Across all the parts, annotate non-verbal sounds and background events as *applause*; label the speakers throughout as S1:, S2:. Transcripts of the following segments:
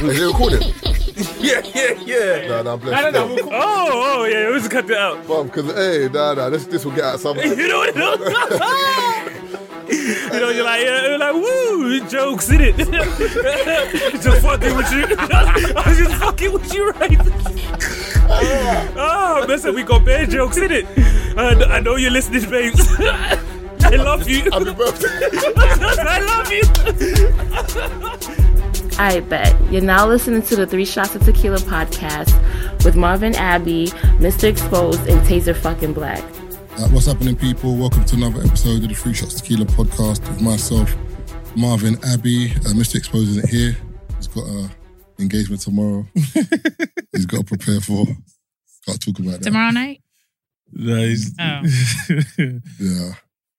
S1: Is it recording?
S2: Yeah, yeah, yeah.
S1: nah, nah, I'm
S2: I don't
S1: blessed.
S2: know. Oh, oh, yeah. We'll just cut that out.
S1: Because, hey, nah, nah, this, this will get out
S2: *laughs*
S1: something.
S2: You know what? *laughs* You know, you're like, yeah, you're like, woo, jokes in it. *laughs* just fucking with you. I was just fucking with you, right? oh, listen, we got bad jokes in it. I, I know you're listening, babes. *laughs* I love you. *laughs*
S1: Happy birthday.
S2: I love you.
S3: I bet. You're now listening to the Three Shots of Tequila podcast with Marvin Abbey, Mr. Exposed, and Taser fucking Black.
S4: Uh, what's happening, people? Welcome to another episode of the Three Shots Tequila podcast with myself, Marvin Abbey. Uh, Mr. Expose isn't here. He's got an engagement tomorrow. He's got to prepare for. Can't talk about that.
S5: Tomorrow night?
S6: Nice.
S5: Oh.
S4: Yeah.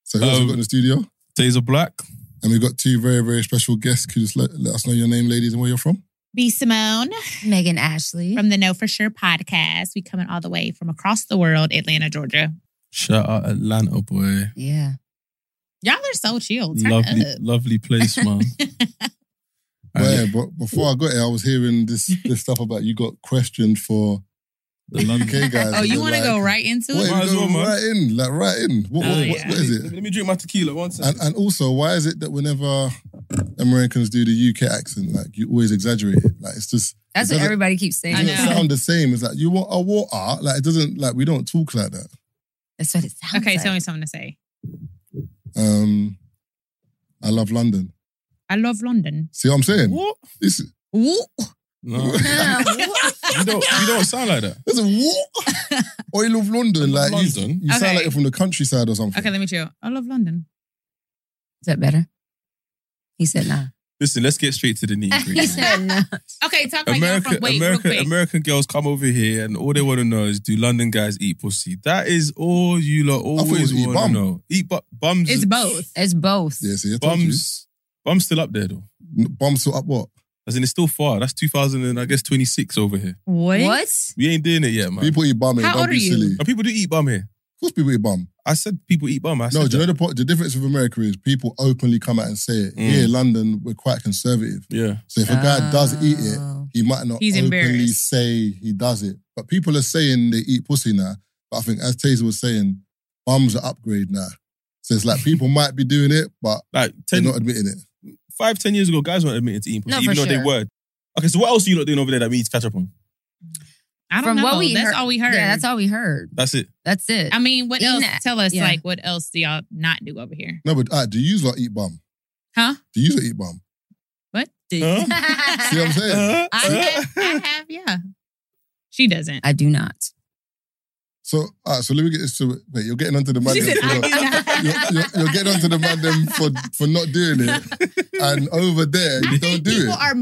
S4: So who else we
S6: Um,
S4: got in the studio?
S6: Taser Black.
S4: And we've got two very, very special guests. Could you just let, let us know your name, ladies, and where you're from?
S5: B. Simone
S7: Megan Ashley.
S5: from the Know For Sure podcast. We coming all the way from across the world, Atlanta, Georgia.
S6: Shout out Atlanta, boy.
S7: yeah.
S5: Y'all are so chill. Turn
S6: Lovely,
S5: up.
S6: lovely place,
S5: *laughs*
S6: man.
S4: Well,
S6: And
S4: yeah, but before I got here, I was hearing this this stuff about you got questioned for
S6: the
S4: *laughs*
S6: London.
S4: UK guys.
S5: Oh, you
S4: They're
S5: want to
S4: like,
S5: go right into
S4: What,
S5: it?
S6: Might
S4: Might
S6: as well, man.
S4: right in, like right in. What,
S5: Oh,
S4: what,
S5: yeah.
S4: what is it?
S6: Let me drink my tequila one second.
S4: And, and also, why is it that whenever Americans do the UK accent, like you always exaggerate it? Like it's just
S7: That's
S4: It
S7: what
S4: doesn't-
S7: everybody keeps saying.
S4: it
S5: I
S4: doesn't
S5: know.
S4: sound the same. It's like you want a water. Like it doesn't like we don't talk like that.
S7: That's what it
S5: *laughs*
S7: sounds
S5: Okay,
S7: like. *laughs*
S5: tell me something to say.
S4: Um, I love London.
S5: I love London.
S4: See what I'm saying?
S6: What?
S4: This
S5: Woo.
S4: uh,
S6: No, you don't. You don't sound like that.
S4: is what?
S5: *laughs*
S4: or you love London?
S6: I
S4: Like
S6: love
S4: you,
S6: London.
S4: you sound
S5: Okay.
S4: like you're from the countryside or something.
S5: Okay, let me chill. I love London.
S7: Is that better? He said nah.
S6: Listen, let's get straight to the nitty
S5: *laughs*
S7: he
S6: gritty.
S7: said nah.
S5: Okay, talk like y'all
S6: American,
S5: from. Wait,
S6: American,
S5: real quick.
S6: American girls come over here and all they want to know is do London guys eat pussy? That is all you lot
S4: thought it was
S6: always
S4: eat
S6: want to
S4: bum.
S6: know. Eat bu- bums.
S5: it's both.
S7: It's both.
S4: Yeah, see, I told you.
S6: Bums. Bums still up there though.
S4: N- Bums to up what?
S6: As in, it's still far. That's 2000 and I guess 26 over here.
S5: What?
S7: What?
S6: We ain't doing it yet, man.
S4: People eat bum. here,
S5: How
S4: Don't
S5: old
S4: be
S5: are you?
S4: silly.
S6: But people do eat bum here.
S4: Of course, people eat bum.
S6: I said people eat bum. I said
S4: No, do you
S6: that.
S4: know the, po- the difference with America is people openly come out and say it.
S6: Mm.
S4: Here, London, we're quite conservative.
S6: Yeah.
S4: So if a guy does eat it,
S7: Oh.
S4: he might not
S5: Ah. He's
S4: openly
S5: embarrassed.
S4: say he does it. But people are saying they eat pussy now. But I think, as Taser was saying, bums are upgrade now. So it's like people might be doing it, but
S6: Like
S4: they're
S6: 10,
S4: not admitting it.
S6: five, ten years ago, guys weren't admitting to eating pussy,
S7: No,
S6: even
S7: for
S6: though they
S7: sure.
S6: were. Okay, so what else are you lot doing over there that we need to catch up on?
S5: I don't
S7: From
S5: know.
S7: what we
S5: that's
S7: heard-
S5: all we heard.
S7: Yeah, that's all we heard.
S6: That's it.
S7: That's it.
S5: I
S7: *laughs*
S5: mean, what
S7: Eating
S5: else?
S7: that.
S5: Tell us,
S7: Yeah.
S5: like, what else do y'all not do over here?
S4: No, but uh, do you lot eat bum?
S5: Huh?
S4: Do you lot eat bum?
S5: What?
S6: Huh?
S4: See what I'm saying?
S6: *laughs* Uh,
S5: *laughs* I have, I have, yeah. She
S7: *laughs*
S5: doesn't.
S7: I do not.
S4: So, all right, so let me get this to Wait, you're getting onto the man.
S5: She said,
S4: then
S5: I
S4: for- you're, you're, you're getting onto the man them for, for not doing it. And over there,
S5: I
S4: you
S5: think
S4: don't do
S5: people
S4: it.
S5: are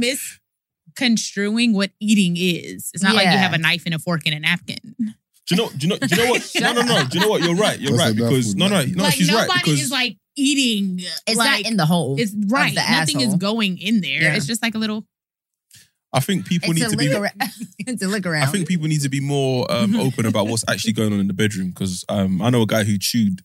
S5: misconstruing what eating is. It's not like you
S7: Yeah.
S5: have a knife and a fork and a napkin.
S6: do you know? Do you know? Do you
S5: *laughs*
S6: know what? no, no, no. Do you know what? You're right. You're
S4: That's
S6: right
S4: a
S6: because no,
S4: mouthful,
S6: no,
S4: man.
S6: no.
S5: like
S6: she's
S5: nobody
S6: right because
S5: is like eating.
S7: It's
S5: like,
S7: not in the hole.
S5: It's right.
S7: the
S5: Nothing is
S7: asshole.
S5: going in there.
S7: Yeah.
S5: It's just like a little.
S6: I think people
S7: it's
S6: need
S7: a
S6: to be.
S7: lick around. *laughs* it's a lick
S6: I
S7: around.
S6: think people need to be
S5: *laughs*
S6: more um, open about what's actually going on in the bedroom because um, I know a guy who chewed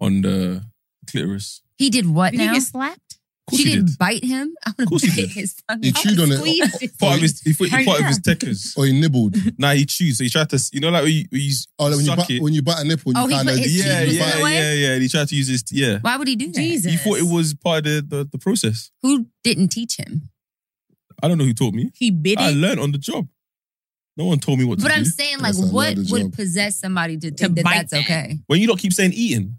S6: on the clitoris.
S7: he did what
S5: Did
S7: now?
S5: he get slapped?
S6: Of course
S7: she
S6: he
S7: didn't
S6: did.
S7: bite him. *laughs* I
S6: Of
S7: would
S6: course he
S7: have bit
S6: did.
S7: his tongue.
S4: He
S7: out.
S4: chewed on it.
S5: Squeezed it.
S6: Part of his, he, he,
S5: Hurry
S6: part of his
S5: up.
S6: techers.
S4: Or he nibbled.
S6: Nah, he chews. So he tried to, you know, like when you, when you
S4: Oh, like when you,
S6: suck
S4: bite,
S6: it.
S4: when you bite a nipple, you
S7: Oh, he
S4: kind of
S7: put his
S6: yeah,
S7: cheek was
S6: yeah,
S7: that way?
S6: yeah, yeah. And he tried to use his, yeah.
S7: Why would he do that?
S5: Jesus.
S6: He thought it was part of the, the, the process.
S7: Who didn't teach him?
S6: I don't know who taught me.
S5: He bit
S6: I
S5: it.
S6: learned on the job. No one told me what
S7: But
S6: to
S7: I'm
S6: do.
S7: saying, like,
S4: That's a
S7: what
S4: loaded
S7: would
S4: job.
S7: possess somebody to
S5: To
S7: think that
S5: bite
S7: that's
S5: that. Mm.
S7: okay?
S6: when you don't keep saying
S7: *laughs*
S6: eating,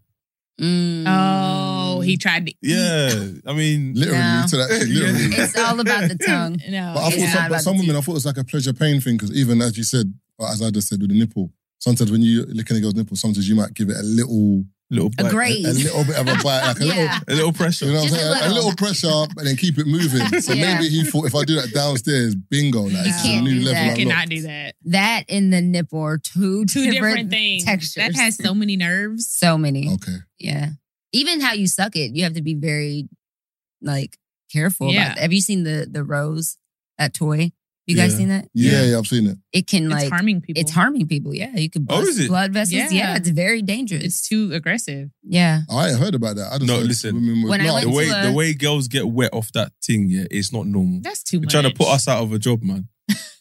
S5: Oh, *laughs* he tried to. eat.
S6: yeah. I mean,
S4: literally
S7: No.
S4: to that shit, literally.
S6: Yeah.
S7: It's all about the
S5: *laughs*
S7: tongue.
S5: No.
S4: But I thought
S7: Yeah,
S4: some,
S7: I'd
S4: but
S7: rather
S4: some
S7: do
S4: women, I thought it was like a pleasure pain thing because even as you said, or as I just said with the nipple, sometimes when you lick in a girl's nipple, sometimes you might give it a little,
S6: little
S7: A
S6: bite,
S7: graze.
S4: a little bit of a bite, like a
S7: yeah.
S6: a
S7: *laughs*
S6: little
S4: little, you
S6: pressure.
S4: know what I'm
S7: Just a
S4: saying, a,
S7: little.
S4: little pressure, and then keep it
S7: *laughs*
S4: moving. So
S7: Yeah.
S4: maybe he thought if I do that downstairs, bingo, like
S5: You
S4: it's a
S5: can't
S4: new
S7: do that.
S4: level.
S5: I
S4: I
S5: cannot do that.
S7: That and the nipple are two,
S5: Two different, things.
S7: textures.
S5: That has so many nerves.
S7: so many.
S4: look. Okay,
S7: Yeah. Even how you suck it, you have to be very like careful
S5: Yeah.
S7: about that. Have you seen the the rose, that toy? You guys
S6: Yeah.
S7: seen that?
S4: Yeah, yeah, I've seen it.
S7: It can
S5: It's
S7: like
S5: harming people.
S7: it's harming people. Yeah, you could
S6: Oh,
S7: bust
S6: is it?
S7: blood vessels. Yeah.
S5: Yeah.
S7: it's very dangerous.
S5: It's too aggressive.
S7: yeah,
S4: I ain't heard about that. I just
S6: No,
S4: heard
S6: listen.
S4: Women with,
S7: When I
S4: no,
S7: went
S6: The way
S7: Into a-
S6: the way girls get wet off that thing, yeah, it's not normal.
S5: That's too
S6: You're
S5: much.
S6: trying to put us out of a job, man.
S7: that's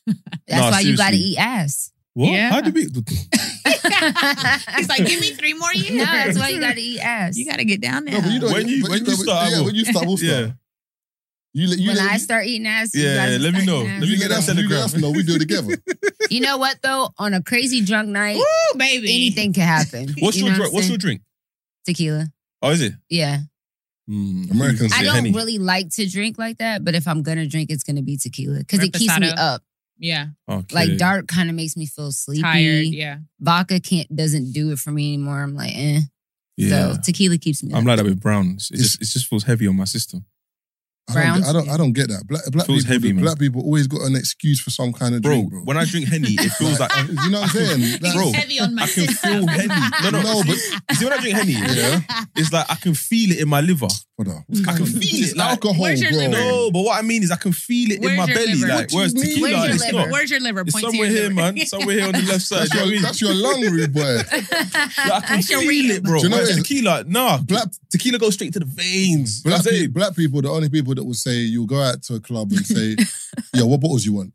S6: Nah,
S7: why you got to
S6: seriously.
S7: eat ass.
S6: What?
S5: Yeah.
S6: How do
S5: *laughs*
S6: we? *laughs*
S5: He's like, give me three more years.
S7: *laughs* No, that's why
S5: *laughs*
S7: you got to eat ass.
S5: You got to get down there.
S4: No, but you don't.
S6: When you-
S4: but
S6: when you
S4: but-
S6: start, I
S4: yeah,
S6: will.
S4: when you start, we'll
S6: Yeah.
S4: start. You, let- you
S7: when
S4: let-
S7: I start eating ass, you
S6: Yeah,
S7: guys
S6: let me
S7: start
S6: know.
S7: eating
S6: Let
S7: ass.
S6: me
S4: you
S6: get
S4: let
S6: that
S4: us, you let
S6: telegram.
S4: us know. We do it together.
S7: You know what though? On a crazy drunk night,
S5: Woo, baby.
S7: anything can happen.
S6: *laughs* What's
S7: You
S6: your
S7: know
S6: drink?
S7: what I'm
S6: What's your
S7: saying?
S6: drink?
S7: tequila?
S6: Oh, is it?
S7: Yeah,
S6: Mm,
S4: Americans
S7: I
S6: say
S7: don't
S6: Henny.
S7: really like to drink like that, but if I'm gonna drink, it's gonna be tequila because it keeps me
S5: Reposado.
S7: up.
S5: Yeah.
S6: Okay.
S7: Like dark kind of makes me feel sleepy.
S5: Tired. Yeah.
S7: Vodka can't doesn't do it for me anymore. I'm like, eh.
S6: Yeah.
S7: So tequila keeps me.
S6: I'm
S7: up.
S6: like that with browns. It just it just feels heavy on my system.
S4: I don't, get- I don't.
S7: Brown
S4: I don't get that. Black, black people.
S6: Feels heavy, man.
S4: black people always got an excuse for some kind of
S6: Bro,
S4: drink, bro.
S6: when I drink Henny, it feels like *laughs*
S4: you know what I'm saying, Like,
S6: Bro,
S5: heavy on my
S6: I can
S5: system.
S6: feel
S7: *laughs*
S6: Henny. No, no,
S4: No,
S6: but see when I drink Henny, yeah, it's like I can feel it in my liver.
S4: Hold on. What's
S6: I
S4: going
S6: can
S4: on?
S6: feel
S4: It's
S6: it, like-
S4: alcohol,
S5: Where's your
S4: bro.
S5: liver?
S6: No, but what I mean is I can feel it in
S5: Where's
S6: my
S5: your
S6: belly.
S5: liver?
S6: Like,
S4: What
S6: where's
S4: do you mean?
S6: tequila?
S7: Where's your
S6: it's
S7: liver?
S6: not.
S5: Where's your liver?
S6: It's
S5: Point to
S6: somewhere
S5: your
S6: here,
S5: liver. *laughs*
S6: man. Somewhere here on the
S4: *laughs*
S6: left side.
S4: That's
S6: Do you
S4: your,
S6: know what I mean?
S4: that's your lung, rude boy.
S6: Like, I can feel it, bro.
S4: Do you know
S6: Whereas
S4: what it is?
S6: tequila, nah.
S4: Black-
S6: tequila goes straight to the veins. You
S4: Black,
S6: know what I'm
S4: pe-
S6: saying?
S4: black people, the only people that will say you'll go out to a club and say, "Yo, what bottles you want?"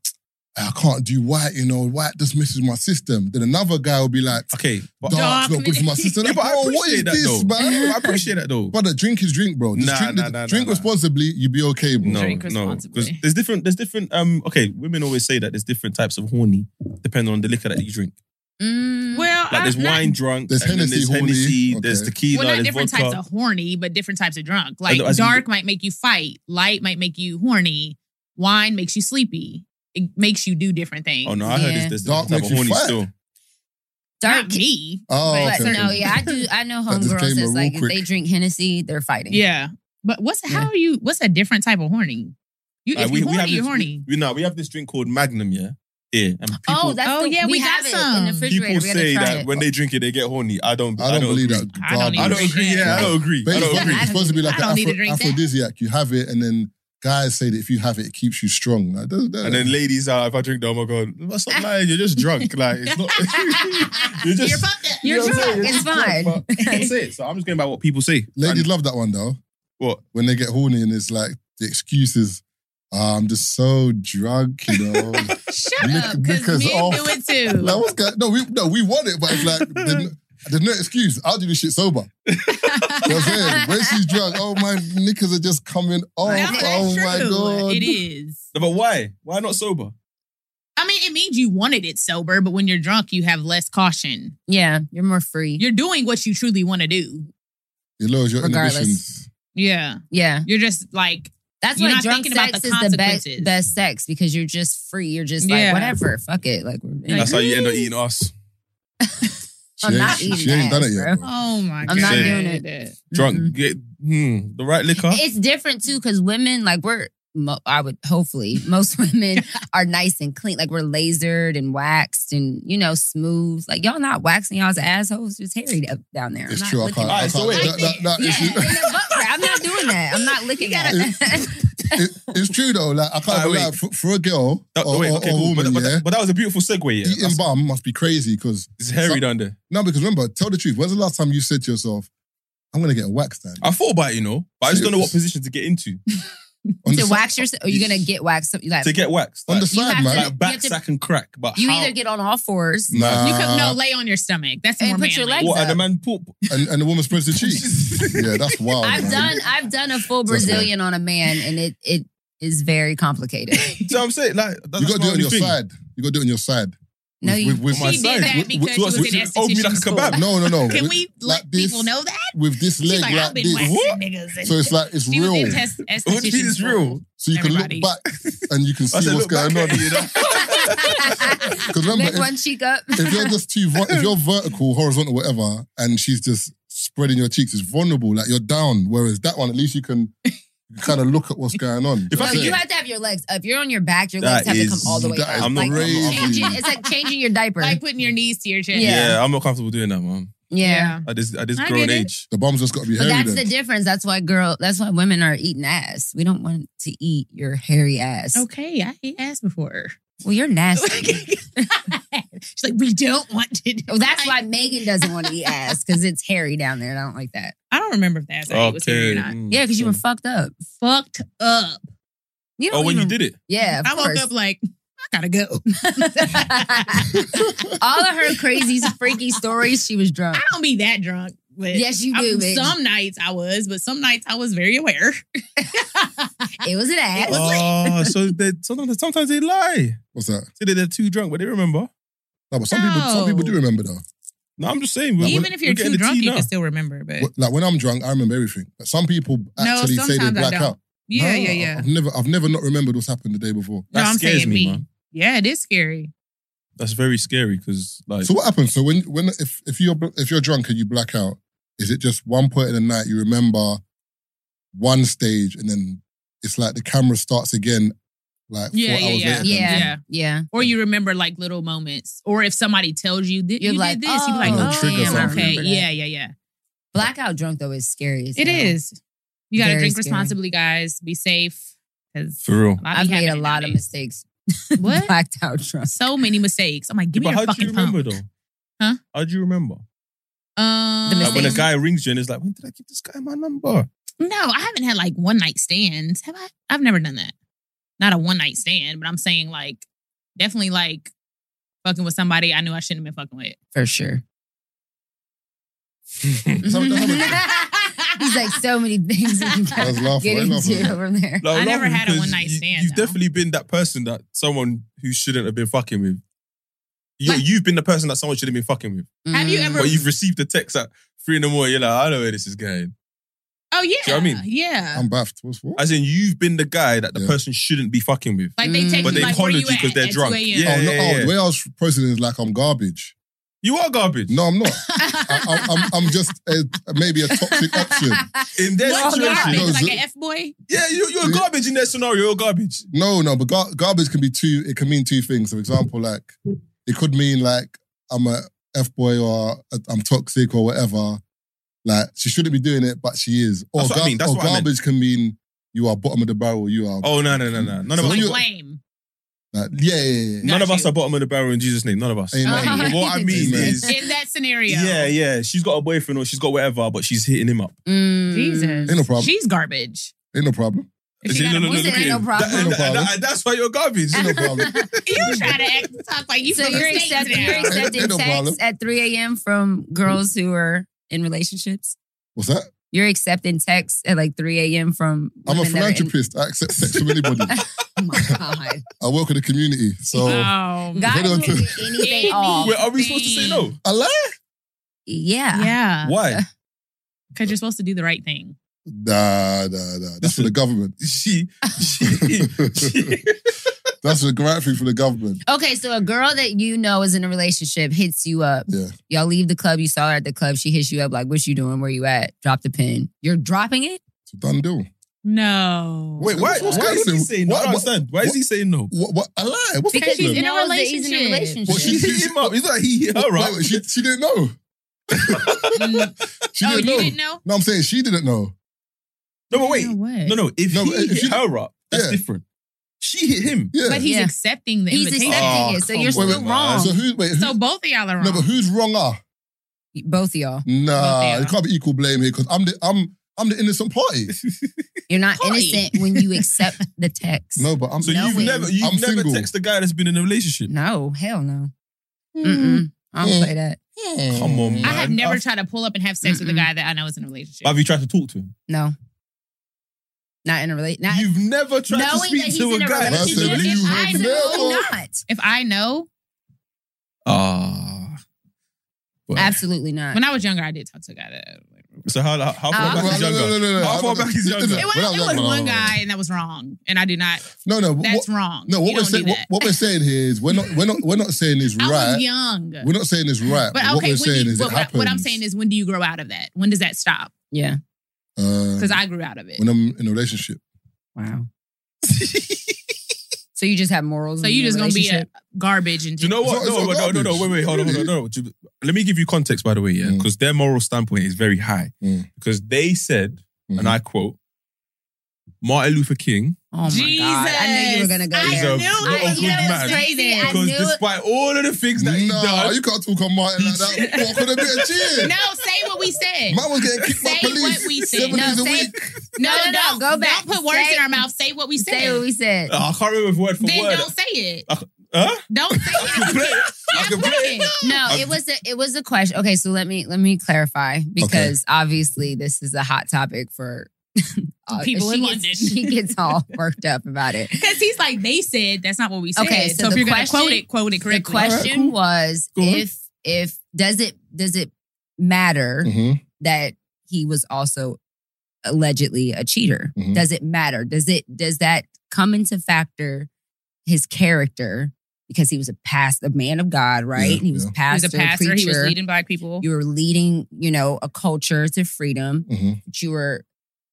S4: I can't do white, you know. White just misses my system. Then another guy will be like,
S6: Okay, but,
S4: "Dark's not good for my system."
S6: yeah,
S4: Like,
S6: but I
S4: bro,
S6: appreciate
S4: what is
S6: that
S4: this,
S6: though.
S4: man?
S6: *laughs* I appreciate that though.
S4: Brother, drink is drink, bro. Just
S6: Nah,
S4: drink
S6: nah,
S4: the-
S6: nah, nah,
S4: drink
S6: nah.
S4: responsibly, you be okay, bro.
S6: no,
S5: Drink
S6: no,
S5: responsibly.
S6: because there's different, there's different. Um, okay, women always say that there's different types of horny depending on the liquor that you drink.
S7: Mm,
S5: Well,
S6: Like there's
S5: I'm Uh, not-
S6: wine drunk,
S4: There's
S6: and then
S4: Hennessy
S6: there's
S4: horny.
S6: Hennessy,
S4: Okay.
S6: there's tequila,
S5: Well, not
S6: there's
S5: different
S6: vodka.
S5: types of horny, but different types of drunk. Like
S6: know, as in-
S5: dark might make you fight, light might make you horny, wine makes you sleepy. It makes you do different things.
S6: oh no, I heard
S7: Yeah.
S6: it's there's
S4: Dark
S6: different type of
S4: makes you
S6: horny
S4: fat.
S6: still.
S7: dark.
S5: Not me.
S4: Oh,
S7: But
S4: okay.
S7: no, yeah, I do. I know
S4: That just
S7: homegirls
S4: came
S7: that's
S4: real
S7: like if
S4: quick.
S7: they drink Hennessy, they're fighting.
S5: Yeah, but what's how
S7: Yeah.
S5: are you? What's a different type of horny? You
S6: Like,
S5: if you're horny,
S6: this,
S5: you're horny.
S6: We, we, no, we have this drink called Magnum, yeah, yeah, and people.
S7: Oh, that's
S5: Oh,
S7: the,
S5: yeah,
S7: we,
S5: we
S7: have
S5: got
S7: it
S5: some.
S7: in the refrigerator.
S6: People
S7: we gotta
S6: say
S7: try
S6: that
S7: it.
S6: when they drink it, they get horny. I don't.
S4: I don't believe
S6: agree.
S4: that.
S5: I
S4: garbage.
S5: don't even
S6: I don't agree. Yeah, I don't agree. I
S4: Basically,
S6: don't agree.
S4: it's supposed to be like
S5: I don't
S4: an
S5: need to
S4: Afro,
S5: drink that.
S4: aphrodisiac. You have it, and then guys say that if you have it, it keeps you strong. Like, that- that-
S6: And then ladies are, if I drink that, oh my
S5: *laughs*
S6: God, stop lying, you're just drunk. Like, it's not. *laughs* you're just.
S5: fucked up.
S6: you know what
S7: You're
S6: I'm
S7: drunk.
S6: saying?
S7: It's
S6: just drunk,
S7: fine.
S6: but That's it. So I'm just going by what people say.
S4: *laughs* ladies
S6: And
S4: love that one though.
S6: what?
S4: When they get horny and it's like the excuses. "Ah, I'm just so drunk, you know.
S6: *laughs*
S4: like,
S5: Shut
S4: Lick-
S5: up, because
S4: liquor's
S5: men
S4: off.
S5: do it too.
S4: what's going? No, we no, we want it, but it's
S6: *laughs*
S4: like there's no, there's no excuse. I'll do this shit sober. You know what I'm saying? When she's drunk, oh my knickers are just coming off.
S5: No, that's
S4: oh my
S5: true.
S4: god.
S5: It is.
S6: No, but why? Why not sober?
S5: I mean, it means you wanted it sober, but when you're drunk, you have less caution.
S7: yeah, you're more free.
S5: You're doing what you truly want to do.
S4: It lowers your
S7: Regardless.
S4: inhibitions.
S5: Yeah.
S7: yeah,
S5: You're just like
S7: that's
S5: You're
S7: why
S5: not
S7: drunk
S5: thinking about
S7: sex
S5: the
S7: is the best
S5: consequences.
S7: best sex because you're just free. You're just
S5: Yeah.
S7: like whatever. Fuck it. Like we're
S5: Like,
S6: That's how you end up eating us.
S4: She
S7: I'm
S4: ain't,
S7: not
S4: she,
S7: eating
S4: she ain't done
S7: ass,
S4: it yet.
S7: bro.
S4: bro.
S5: Oh my god.
S7: I'm
S6: not
S7: doing
S5: it.
S6: Drunk.
S7: Mhm.
S6: Get hmm, the right liquor.
S7: It's different too because women like we're. mo- I would hopefully *laughs* most women are nice and clean. Like we're lasered and waxed and you know smooth. Like y'all not waxing y'all's assholes. Just hairy up down there. I'm
S4: It's
S7: not
S4: true. I
S7: looking
S4: can't.
S7: at
S6: Alright,
S4: I
S7: that.
S4: can't.
S6: so wait,
S4: that- that- that- it's-
S7: Yeah, in the butt crack. I'm not doing that. I'm not looking at it. *laughs*
S4: it, it's true though. Like I can't
S6: Ah,
S4: be
S6: wait.
S4: like for, for a girl
S6: That-
S4: or,
S6: wait,
S4: or-
S6: okay,
S4: or
S6: cool.
S4: woman,
S6: but, but,
S4: yeah,
S6: that, but that was a beautiful segue. Yeah,
S4: eating
S6: That's-
S4: bum must be crazy because
S6: it's hairy down there.
S4: no, because remember, tell the truth. When's the last time you said to yourself, "I'm gonna get waxed"? Then
S6: I thought about it, you know, but I just don't know what position to get into
S4: on the,
S7: to
S4: si-
S7: wax yourself. Are you gonna get waxed? You, like,
S6: to get waxed.
S4: on
S6: Like,
S4: the
S7: You
S4: side,
S7: have
S4: man.
S7: to-
S6: like back,
S7: you have
S6: sack, and crack. But
S7: you
S6: how?
S7: either get on all fours.
S4: nah,
S5: You could no lay on Uh, your stomach. That's
S7: And
S5: more
S7: put your
S5: manly.
S7: legs-
S6: what? And the man poop.
S4: and, and the woman spreads
S5: *laughs*
S4: the cheeks. yeah, that's wild.
S7: I've
S4: man.
S7: done. I've done a full
S4: That's okay.
S7: Brazilian on a man, and it it is very complicated.
S6: you know what I'm saying? Like, that- that's
S4: You gotta do
S6: my
S4: it on
S6: only
S4: your
S6: thing.
S4: side. You gotta do it on your side.
S7: No,
S4: With-
S7: you-
S4: with-
S7: *laughs*
S4: with-
S6: On my
S5: She did
S6: side.
S5: that
S6: With-
S5: because
S6: with-
S5: she was
S6: with-
S5: in
S6: open me like a
S5: esthetician school.
S6: kebab.
S4: No, no, no.
S5: Can
S4: With-
S5: we
S4: like
S5: let people
S4: this-
S5: know that?
S4: With this
S5: She's
S4: leg
S5: like,
S4: like,
S5: I've been
S4: this,
S5: waxing
S6: What?
S5: niggas. and
S4: so it's like it's
S5: she was
S4: real.
S5: in test esthetician
S6: What do you mean it's
S5: school.
S6: real?
S4: So you
S5: Everybody.
S4: can look back and you can
S6: *laughs* I
S4: see
S6: said,
S4: what's
S6: look back
S4: going on.
S6: at you,
S5: *laughs*
S6: you know?
S4: Because remember,
S7: Lift
S4: if,
S7: one cheek up.
S4: if you're just too, vo- if you're vertical, horizontal, whatever, and she's just spreading your cheeks, it's vulnerable. Like you're down. Whereas that one, at least you can kind of look at what's going on.
S6: If I
S7: *laughs* No,
S6: could-
S7: you have to have your legs up. If you're on your back, your
S6: That
S7: legs have to come
S6: is-
S7: all the way
S4: that
S7: up.
S4: is
S6: I'm not
S7: like,
S4: crazy.
S7: changing, it's like changing your diaper.
S5: Like putting your knees to your chest.
S7: Yeah.
S6: I'm not comfortable doing that, man.
S7: Yeah.
S6: at this at this
S5: I
S6: grown
S5: get it.
S6: age.
S4: The bomb's just got to be
S7: But
S4: hairy
S7: that's
S4: then.
S7: the difference. That's why girl. That's why women are eating ass. We don't want to eat your hairy ass.
S5: Okay, I ate ass before.
S7: Well, you're *laughs* nasty.
S5: She's like, we don't want to. Do
S7: well, that's why Megan doesn't want to eat ass because it's hairy down there, and I don't like that.
S5: I don't remember if that's okay. was here or not.
S6: mm,
S7: Yeah, because you were
S6: okay.
S7: fucked up.
S5: Fucked up.
S7: You
S6: Oh,
S7: don't
S6: when you
S7: even-
S6: did it.
S7: Yeah, of
S5: I woke
S7: course.
S5: up like I gotta
S7: *laughs*
S5: go. *laughs*
S7: All of her crazy,
S5: *laughs*
S7: freaky stories, she was drunk.
S5: I don't be that drunk, but
S7: Yes, you
S5: I-
S7: do, bitch.
S5: some nights I was, but some nights I was very aware.
S7: It was an ass.
S5: *laughs*
S6: Oh, so they sometimes sometimes they lie.
S4: What's that?
S6: Say that they're too drunk, but they remember.
S4: No, but some people, some
S5: No.
S4: people do remember though.
S6: No, I'm just saying. we're-
S5: Even
S6: we're-
S5: if you're
S6: we're getting
S5: too
S6: the
S5: drunk,
S6: tea
S5: you
S6: now.
S5: can still remember. But
S4: Wh- Like when I'm drunk, I remember everything. But some people
S5: Eh. no,
S4: actually say they
S5: sometimes I
S4: black
S5: don't.
S4: out.
S5: Yeah,
S4: No,
S5: yeah, yeah.
S4: I've never, I've never not remembered what's happened the day before.
S5: No,
S6: That
S5: I'm
S6: scares
S5: saying
S6: me,
S5: me.
S6: man.
S5: Yeah, it is scary.
S6: That's very scary because like
S4: So what happens? So when, when, if, if you're, if you're drunk and you black out, is it just one point in the night you remember one stage and then it's like the camera starts again, like four
S5: Yeah, yeah,
S4: hours
S5: yeah.
S4: later?
S7: Yeah,
S5: Yeah.
S7: yeah.
S5: Or you remember like little moments, or if somebody tells you that
S7: You're
S5: you
S7: like,
S5: did this, you're like,
S7: oh,
S5: oh,
S4: trigger
S5: damn,
S4: something.
S5: okay,
S7: Remember that.
S5: yeah, yeah, yeah.
S7: Blackout drunk though is scary. As
S5: It
S7: hell.
S5: is. You gotta
S7: Very
S5: drink
S7: scary.
S5: responsibly, guys. Be safe. Because
S6: for real.
S7: I've made a lot of mistakes. *laughs*
S5: What?
S7: Blacked out drunk.
S5: So many mistakes. I'm like, give
S6: but
S5: me
S6: how
S5: your
S6: do you
S5: fucking
S6: remember
S5: pump.
S6: though?
S5: Huh?
S6: How do you remember?
S5: Um,
S7: The
S6: Like when a
S7: mistakes.
S6: guy rings you and it's like, when did I give this guy my number?
S5: No, I haven't had like one night stands. Have I? I've never done that. Not a one night stand, but I'm saying like definitely like fucking with somebody I knew I shouldn't have been fucking with.
S7: For sure.
S4: So it doesn't
S5: *laughs*
S4: matter.
S7: He's like so many things you can
S4: That was laughable.
S7: get
S4: I love
S7: into
S4: it.
S7: from there.
S6: No,
S5: I
S6: I'm
S5: never
S6: laughing
S5: had a
S6: because
S5: one-night
S6: you-
S5: stand,
S6: You've
S5: though.
S6: definitely been that person that someone who shouldn't have been fucking with. You,
S5: Like-
S6: you've been the person that someone should have been fucking with.
S5: Have you ever-
S6: But you've received a text at three in the morning. You're like, I know where this is going.
S5: Oh yeah,
S6: Do you know what I mean?
S5: yeah.
S7: Um,
S4: I'm baffed. What's what?
S6: As in, you've been the guy that the
S4: Yeah.
S6: person shouldn't be fucking with.
S5: like they
S7: Mm.
S5: take
S7: But
S5: you
S7: they
S5: like where
S6: collared
S5: you
S6: you
S5: at
S6: 'cause they're
S5: at
S6: drunk.
S5: 2 a.m.
S6: Yeah.
S4: oh, no, oh,
S6: yeah.
S4: the way I was processing is like I'm garbage.
S6: You are garbage.
S4: No, I'm not. I, I'm, I'm just a, maybe a toxic option.
S6: In their
S5: What
S6: situation.
S5: garbage?
S4: No,
S5: like
S4: so-
S5: an F boy?
S6: Yeah, you, you're garbage in their scenario. You're garbage.
S4: No, no, but gar- garbage can be two. It can mean two things. For example, like it could mean like I'm a f boy or i I'm toxic or whatever. Like she shouldn't be doing it, but she is. Or,
S6: That's what I mean. That's
S4: or
S6: what I meant.
S4: garbage can mean you are bottom of the barrel. You are.
S6: Oh, no, no, no, no. None of
S4: So
S6: us.
S5: Like
S4: you-
S5: lame.
S4: Like, yeah, yeah, yeah, yeah.
S6: None
S5: Got
S6: of us
S5: you.
S6: are bottom of the barrel in Jesus' name. None of us.
S4: Amen.
S6: Like, what I mean
S4: Amen.
S6: is,
S5: In that scenario.
S6: yeah, yeah, she's got a boyfriend or she's got whatever, but she's hitting him up.
S5: *laughs*
S7: Mm.
S5: Jesus.
S4: Ain't no problem.
S5: She's garbage.
S4: Ain't no problem.
S5: If
S6: Is
S5: she
S6: it-
S5: got a
S7: no,
S5: boyfriend-
S7: no, Ain't
S6: look at
S7: no
S6: him.
S7: problem.
S6: That-
S4: Ain't no
S6: that-
S4: problem.
S6: that- that's why you're garbage.
S4: Ain't no problem.
S5: You try to act talk like you
S7: So
S5: from
S7: you're
S5: the States
S7: accepting, you're
S5: now.
S7: accepting
S4: Ain't no problem.
S7: texts at 3 a.m. from girls who are in relationships?
S4: What's that?
S7: You're accepting texts at like 3 a.m. from
S4: I'm a
S7: women that are in-
S4: philanthropist. I accept sex from anybody.
S7: Oh my
S6: *laughs*
S7: God.
S4: I work with the community.
S6: Oh.
S4: So
S5: Um,
S7: Guys will
S4: don't
S7: do
S4: do-
S5: *laughs*
S7: anything
S6: *laughs*
S7: off.
S6: Wait, are we supposed to say no?
S4: I lie.
S7: Yeah.
S5: yeah.
S6: Why?
S5: Because you're supposed to do the right thing.
S4: Nah, nah, nah. That's for the
S6: *laughs*
S4: government. *laughs*
S6: She, she, she-
S4: That's a grant thing for the government.
S7: Okay, so a girl that you know is in a relationship hits you up.
S4: Yeah.
S7: Y'all leave the club. You saw her at the club. She hits you up like, "What you doing? Where you at? Drop the pin. You're dropping it.
S4: It's a done deal.
S5: No.
S6: wait, why,
S4: What's
S6: why
S4: going
S6: is
S4: on?
S6: he saying no? I
S4: What-
S6: don't understand. Why is he saying no?
S4: What? What? I lie. What's
S7: Because
S4: the problem?
S5: she's
S7: she
S5: in a
S7: knows that he's in a
S5: relationship.
S7: relationship.
S4: Well,
S6: *laughs* She hit him up. It's like he hit her
S4: Wait,
S6: up.
S4: wait, she, she didn't know. she
S5: Mm. oh,
S4: didn't know.
S5: you didn't know?
S4: No, I'm saying she didn't know.
S6: No, but wait.
S5: No, what?
S6: No, no. If
S4: No,
S6: he
S4: but if
S6: hit
S4: she-
S6: her up, that's
S4: Yeah.
S6: different. She hit him.
S4: Yeah.
S5: But he's
S7: Yeah.
S5: accepting the
S7: He's
S5: invitation.
S7: accepting
S6: Oh,
S7: it. So
S6: come
S7: you're
S6: on,
S7: still
S6: man.
S7: wrong.
S4: so who? Wait, who?
S5: so both of y'all are wrong.
S4: no, but who's wrong? Ah,
S7: Both of y'all.
S4: nah,
S5: Okay.
S4: it can't be equal blame here because I'm the I'm I'm the innocent party.
S7: You're not
S5: Hi.
S7: innocent when you
S5: *laughs*
S7: accept the text.
S4: No, but I'm
S6: So
S7: No
S6: you've
S7: way.
S6: never, you've
S4: I'm
S6: never
S4: single.
S6: text a guy that's been in a relationship.
S7: No, hell no. Mm-mm. I don't
S4: Mm.
S7: play that.
S6: Come on, man.
S5: I have
S6: I've-
S5: never tried to pull up and have sex with a
S7: Mm-mm.
S5: guy that I know is in a relationship.
S6: Have you tried to talk to him?
S7: No, not in a relationship. Not
S6: You've never tried to
S7: knowing that
S6: speak
S7: he's
S6: to a
S7: in a
S6: guy that's in a
S4: Listen,
S7: relationship.
S4: you
S6: relationship.
S7: I
S4: have
S7: know
S4: never-
S7: not.
S5: if I know,
S6: Ah. But-
S7: Absolutely not.
S5: when I was younger, I did talk to a guy that.
S6: So how, how, how far
S7: Ah.
S4: No,
S6: back is
S4: no,
S6: younger?
S4: no, no, no, no.
S6: How far
S4: I don't-
S6: back is younger?
S4: listen,
S5: It
S4: we're
S5: was,
S4: not
S5: it was
S4: younger.
S5: one guy, and that was wrong, and I do not.
S4: No, no. what-
S5: That's wrong.
S4: No,
S5: you
S4: what we're,
S5: don't
S4: saying,
S5: do
S4: what,
S5: that.
S4: what we're saying here is we're not we're not we're not saying is
S5: *laughs* I was
S4: right.
S5: young,
S4: We're not saying is right.
S5: but okay.
S4: what we're
S5: when
S4: saying
S5: do you-
S4: is
S5: what,
S4: it
S5: what-
S4: happens.
S5: what I'm saying is, when do you grow out of that? When does that stop?
S7: yeah.
S4: uh,
S5: Because I grew out of it. *laughs*
S4: when I'm in a relationship.
S7: Wow. So you just have morals.
S5: So
S7: in
S5: you
S7: your
S5: just gonna be
S7: Mm, relationship?
S5: a garbage and
S6: Do you know
S4: It's
S6: what?
S4: not- it's
S6: No,
S4: not
S6: no, no, no,
S4: garbage.
S6: wait, wait, hold on, hold on, no, no. Do- Let me give you context, by the way, yeah,
S4: Mm.
S6: because their moral standpoint is very high.
S4: Mm.
S6: Because they said, and
S4: Mhm.
S6: I quote, Martin Luther King,
S7: Oh my god! I knew you were gonna go
S5: Jesus.
S6: He's
S7: there.
S6: a- not a
S7: I-
S6: good
S7: you know, it's
S6: man.
S7: crazy. I
S6: because
S7: knew-
S6: despite all of the things that he
S4: Nah,
S6: does,
S4: you can't talk on Martin like
S5: *laughs*
S4: that. What could have been a cheer?
S5: No, say what we said.
S4: Man was getting kicked by
S5: Say
S4: police
S5: what we said.
S4: seven
S5: No,
S4: days a
S7: say-
S4: week.
S5: No,
S7: No,
S5: no,
S7: no,
S5: no,
S7: no, go back.
S5: Don't put words
S7: Say-
S5: in our mouth. Say what we said.
S7: Say what we said.
S6: Ah, I can't remember word for
S5: then
S6: word.
S5: don't say it.
S6: Huh?
S5: Don't
S6: *laughs*
S5: say
S6: I can play
S5: it.
S6: it. I can play it.
S7: No,
S6: I'm-
S7: it was a it was a question. Okay, so let me let me clarify because obviously this is a hot topic for *laughs* uh,
S5: People
S7: she
S5: in
S7: gets,
S5: London.
S7: She gets all *laughs* worked up about it.
S5: Because he's like, they said that's not what we said.
S7: Okay, so
S5: so, if
S7: the
S5: you're
S7: question-
S5: gonna quote it, quote it
S7: The
S5: correctly.
S7: question was
S6: Go on.
S7: if if does it does it matter
S4: Mm-hmm.
S7: that he was also allegedly a cheater?
S5: Mm-hmm.
S4: Mhm.
S7: Does it matter? Does it does that come into factor his character because he was a past a man of God, right?
S4: Yeah,
S7: he was
S4: yeah.
S5: He was
S7: pastor,
S5: a pastor. He was
S7: preacher.
S5: leading black people.
S7: you were leading, you know, a culture to freedom,
S4: Mm-hmm.
S7: but you were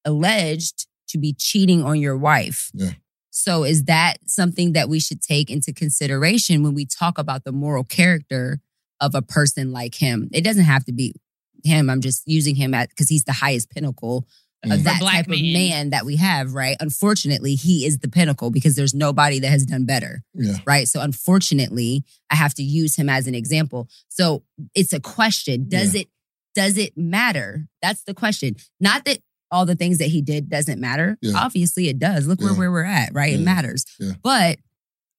S7: alleged to be cheating on your wife.
S4: Yeah.
S7: So is that something that we should take into consideration when we talk about the moral character of a person like him? It doesn't have to be him. I'm just using him at because he's the highest pinnacle
S4: Mhm.
S7: of that
S5: black
S7: type
S5: man.
S7: of man that we have, right? Unfortunately, he is the pinnacle because there's nobody that has done better
S4: Yeah.
S7: right? So unfortunately, I have to use him as an example. So it's a question. Does it does it matter? That's the question. Not that all the things that he did doesn't matter.
S4: Yeah.
S7: Obviously it does. Look where,
S4: Yeah.
S7: where we're at, right? It
S4: Yeah.
S7: matters.
S4: Yeah.
S7: But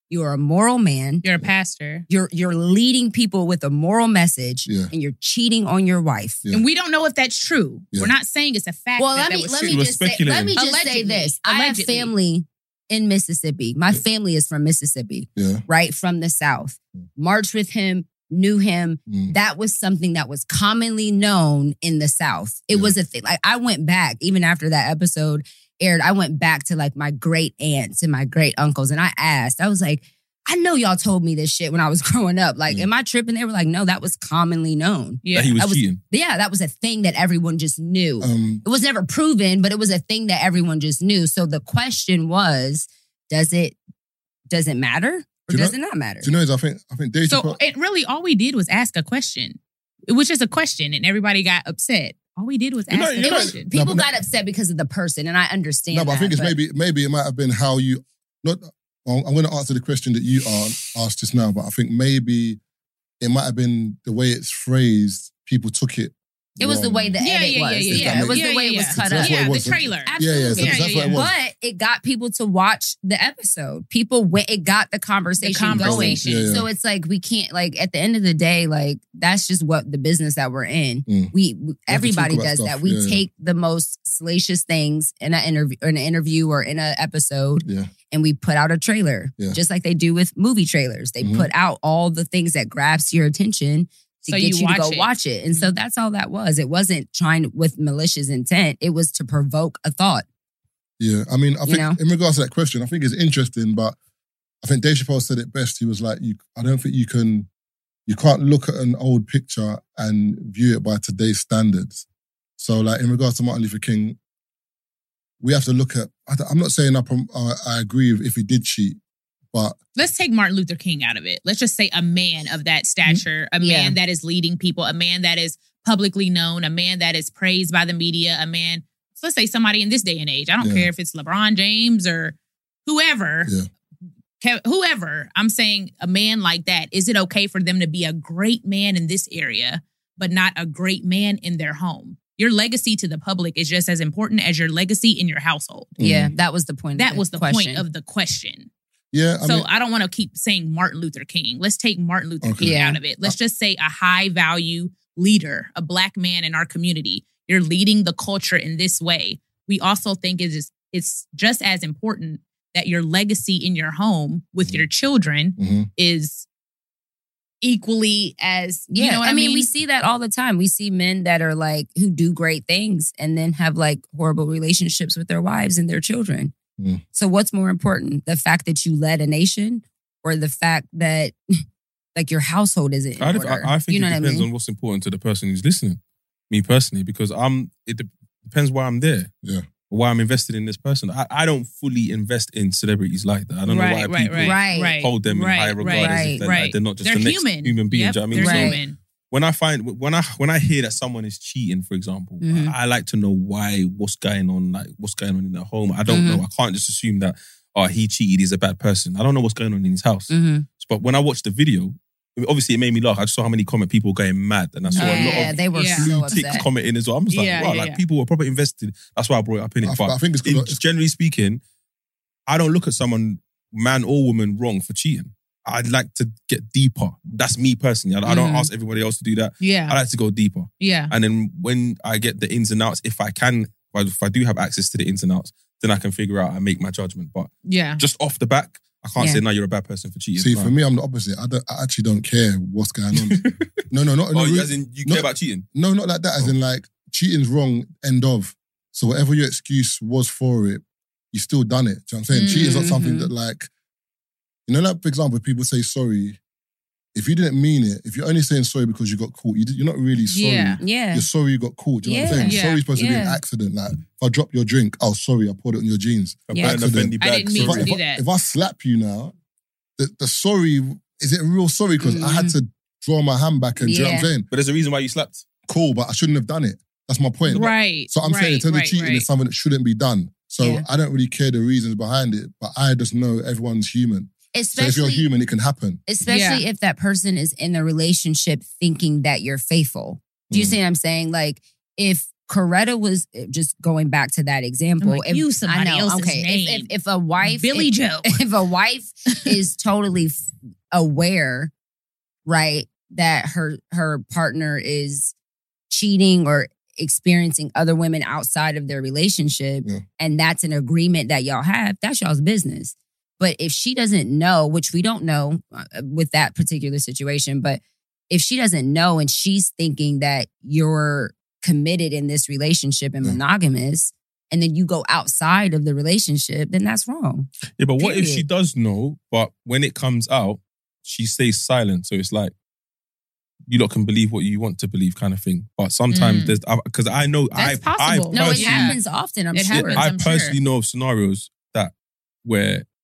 S7: you're a moral man.
S5: You're a pastor.
S7: You're you're leading people with a moral message
S4: Yeah.
S7: and you're cheating on your wife.
S4: Yeah.
S5: And we don't know if that's true.
S4: Yeah.
S5: We're not saying it's a fact.
S7: Well,
S5: that
S7: let
S5: that
S7: me
S5: was
S7: let
S5: true.
S7: me
S6: We're
S7: just say, let me
S6: speculating.
S7: just say
S5: Allegedly.
S7: this. I have
S5: Allegedly.
S7: family in Mississippi. My family is from Mississippi.
S4: Yeah.
S7: right from the south
S4: Mm.
S7: marched with him knew him
S4: Mm.
S7: that was something that was commonly known in the south it
S4: Yeah.
S7: was a thing like i went back even after that episode aired i went back to like my great aunts and my great uncles and i asked i was like i know y'all told me this shit when i was *laughs* growing up like
S4: Mm.
S7: am i tripping they were like no that was commonly known
S5: Yeah.
S6: That he was,
S7: I was-
S6: cheating.
S7: But yeah that was a thing that everyone just knew
S4: Um,
S7: it was never proven, but it was a thing that everyone just knew. So the question was, does it does it matter or
S4: Do you
S7: does
S4: know-
S7: it not matter?
S4: do you know is I think I think Deja
S5: So
S4: Park-
S5: it really all we did was ask a question. It was just a question, and everybody got upset. All we did was
S6: You're
S5: ask
S6: not-
S5: a
S6: you're not-
S5: question.
S7: People
S4: No, but-
S7: got upset because of the person, and I understand.
S4: No, but I
S7: that,
S4: think it's maybe maybe it might have been how you. Not, I'm going to answer the question that you are asked just now, but I think maybe it might have been the way it's phrased. People took it.
S7: it was the
S4: wrong.
S7: way the
S5: Yeah,
S7: edit
S5: yeah,
S7: was.
S5: yeah,
S4: yeah,
S7: It was
S5: yeah.
S7: the way it
S5: Yeah,
S7: was
S5: yeah,
S4: yeah.
S7: cut up.
S4: That's what it
S5: yeah,
S4: was.
S5: the trailer.
S4: Yeah, yeah, so
S7: Absolutely.
S4: that's what it was.
S7: But it got people to watch the episode. People went. It got the conversation, going.
S5: conversation.
S4: Yeah, yeah.
S7: So it's like we can't. Like at the end of the day, like that's just what the business that we're in.
S4: Mm.
S7: We, we
S4: talk
S7: everybody
S4: about
S7: does
S4: stuff.
S7: that. We
S4: Yeah, yeah.
S7: take the most salacious things in an interview, in an interview, or in an episode,
S4: Yeah.
S7: and we put out a trailer,
S4: Yeah.
S7: just like they do with movie trailers. They
S6: Mm-hmm.
S4: Mhm.
S7: put out all the things that grabs your attention to
S5: So
S7: get
S5: you
S7: you, to
S5: watch
S7: go
S5: it. Mm-hmm.
S7: watch it. And so that's all that was. It wasn't trying with malicious intent. It was to provoke a thought.
S4: Yeah, I mean, I think
S7: know?
S4: in regards to that question, I think it's interesting, but I think Dave Chappelle said it best. He was like, "You, I don't think you can, you can't look at an old picture and view it by today's standards." So, like in regards to Martin Luther King, we have to look at. I, don't- I'm not saying I, prom- I, I agree with if he did cheat, but
S5: Let's take Martin Luther King out of it. Let's just say a man of that stature, a
S7: Yeah.
S5: man that is leading people, a man that is publicly known, a man that is praised by the media, a man. So let's say somebody in this day and age. I don't
S4: Yeah.
S5: care if it's LeBron James or whoever.
S4: Yeah.
S5: Ke- Whoever, I'm saying a man like that, is it okay for them to be a great man in this area, but not a great man in their home? Your legacy to the public is just as important as your legacy in your household.
S6: Mm-hmm.
S4: mm,
S7: Yeah, that was the point. of
S5: That was the
S7: question.
S5: point of the question
S4: yeah, I
S5: so
S4: mean,
S5: I don't want to keep saying Martin Luther King. Let's take Martin Luther
S4: Okay.
S5: King
S7: Yeah. Uh,
S5: out of it. Let's just say a high value leader, a black man in our community. You're leading the culture in this way. We also think it is it's just as important that your legacy in your home
S7: Mm-hmm.
S5: with your children
S4: mhm,
S5: is equally as
S7: Yeah,
S5: you know what
S7: I,
S5: I,
S7: mean, we see that all the time. We see men that are like who do great things and then have like horrible relationships with their wives and their children.
S4: Mm.
S7: So what's more important, the fact that you led a nation or the fact that *laughs* like your household isn't in
S6: I, def-
S7: order?
S6: I, I think
S7: you know
S6: it
S7: what I
S6: depends
S7: mean?
S6: on what's important to the person who's listening. Me personally, because I'm. It de- depends why I'm there.
S4: Yeah.
S6: why I'm invested in this person. I, I don't fully invest in celebrities like that. I don't know why
S5: right, right,
S6: people
S5: right,
S7: Right.
S5: right.
S6: hold them
S5: right,
S6: in high regard as
S7: right,
S6: if they're,
S5: right.
S6: they're not just
S5: They're
S6: the next
S5: human.
S6: human, being.
S5: Yep,
S6: Do you know
S5: they're
S6: what I mean? So
S7: Right.
S5: human.
S6: when I find when I when I hear that someone is cheating, for example,
S7: Mhm.
S6: I, I like to know why, what's going on, like what's going on in their home. I don't
S7: Mhm.
S6: know. I can't just assume that oh he cheated, he's a bad person. I don't know what's going on in his house.
S7: Mhm.
S6: But when I watched the video, obviously it made me laugh. I saw how many comment people were going mad, and I saw a lot
S7: Yeah,
S6: of
S7: they were
S5: Yeah.
S7: so
S6: blue ticks
S7: upset.
S6: commenting as well. I'm just like,
S5: Yeah,
S6: wow,
S5: yeah,
S6: like
S5: yeah.
S6: people were probably invested. That's why I brought it up in it.
S4: I,
S6: but
S4: I think it's
S6: in,
S4: because
S6: generally speaking, I don't look at someone, man or woman, wrong for cheating. I'd like to get deeper. That's me personally. I, I don't
S7: Mhm.
S6: ask everybody else to do that. I
S5: Yeah,
S6: like to go deeper.
S5: yeah.
S6: And then when I get the ins and outs, if I can, if I, if I do have access to the ins and outs, then I can figure out and make my judgment. But
S5: Yeah.
S6: just off the back, I can't
S7: Yeah.
S6: say, no, you're a bad person for cheating.
S4: see,
S6: Nah.
S4: for me, I'm the opposite. I, don't, I actually don't care what's going
S6: *laughs*
S4: on. no, no, not
S6: oh, you,
S4: no,
S6: as in, you
S4: no.
S6: care about cheating?
S4: no, not like that. As
S5: Oh.
S4: in, like cheating's wrong. End of. So whatever your excuse was for it, you still done it. Do you know what I'm saying? Cheating's not something
S5: Mhm.
S4: that like, you know, like for example, people say sorry. If you didn't mean it, if you're only saying sorry because you got caught, you did, you're not really sorry.
S5: Yeah.
S7: Yeah.
S4: You're sorry you got caught. Do you know what
S7: Yeah.
S4: I'm saying?
S5: Yeah.
S4: Sorry's supposed to be an
S7: Yeah.
S4: accident. Like if I drop your drink, oh sorry, I poured it on your jeans.
S6: I
S7: Yeah.
S6: burned a bendy
S5: I
S6: bag,
S5: didn't mean
S6: sorry.
S5: to
S4: if,
S5: do
S4: I,
S5: that.
S4: if I slap you now, the, the sorry is it real sorry? Because I
S5: Mm.
S4: had to draw my hand back and do you know what I'm saying?
S6: But there's a reason why you slapped.
S4: Cool, but I shouldn't have done it. That's my point.
S5: Right.
S4: So I'm
S5: right,
S4: saying in terms
S5: right,
S4: of cheating,
S5: right.
S4: it's something that shouldn't be done. So
S7: Yeah.
S4: I don't really care the reasons behind it, but I just know everyone's human. so if you're
S7: Especially
S4: human, it can happen.
S7: especially if that person is in a relationship thinking that you're faithful. Do you
S6: Mm.
S7: see what I'm saying? Like if Coretta was eh, just going back to that example.
S5: like,
S7: if,
S5: use somebody else's
S7: If- If,
S5: name.
S7: if, a wife,
S5: Billy
S7: if,
S5: Joe.
S7: *laughs* if a wife is totally f- aware, right, that her her partner is cheating or experiencing other women outside of their relationship,
S4: Yeah.
S7: and that's an agreement that y'all have, that's y'all's business. But if she doesn't know, which we don't know uh, with that particular situation, but if she doesn't know and she's thinking that you're committed in this relationship and
S4: Yeah.
S7: monogamous, and then you go outside of the relationship, then that's wrong.
S6: Yeah, but what if she
S7: Period.
S6: does know, but when it comes out, she stays silent? So it's like, you lot can believe what you want to believe, kind of thing. But sometimes
S5: Mm.
S6: there's, because I know,
S5: That's
S6: I, I
S5: possible.
S6: personally,
S7: No, it
S5: Yeah.
S7: happens often. I'm
S5: It
S7: sure.
S5: happens.
S6: I
S5: I'm sure.
S6: personally know of scenarios that where,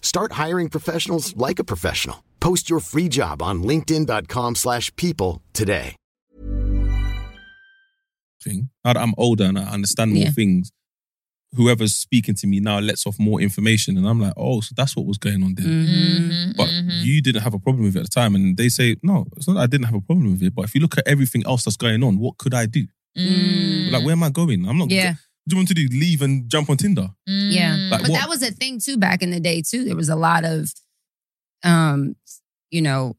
S8: Start hiring professionals like a professional. Post your free job on linkedin.com/people slash people today.
S6: thing. Now that I'm older and I understand more
S7: Yeah.
S6: things, whoever's speaking to me now lets off more information. And I'm like, oh, so that's what was going on there.
S7: Mm-hmm.
S5: Mhm,
S6: But
S5: mhm.
S6: you didn't have a problem with it at the time. And they say, no, it's not that I didn't have a problem with it. But if you look at everything else that's going on, what could I do?
S5: Mm,
S6: Like, where am I going? I'm not.
S7: Mm-hmm. Yeah.
S6: What do you want to do? Leave and jump on Tinder?
S5: mm.
S7: Yeah.
S6: Like,
S7: but
S6: what-
S7: that was a thing too back in the day too. There was a lot of, um, you know,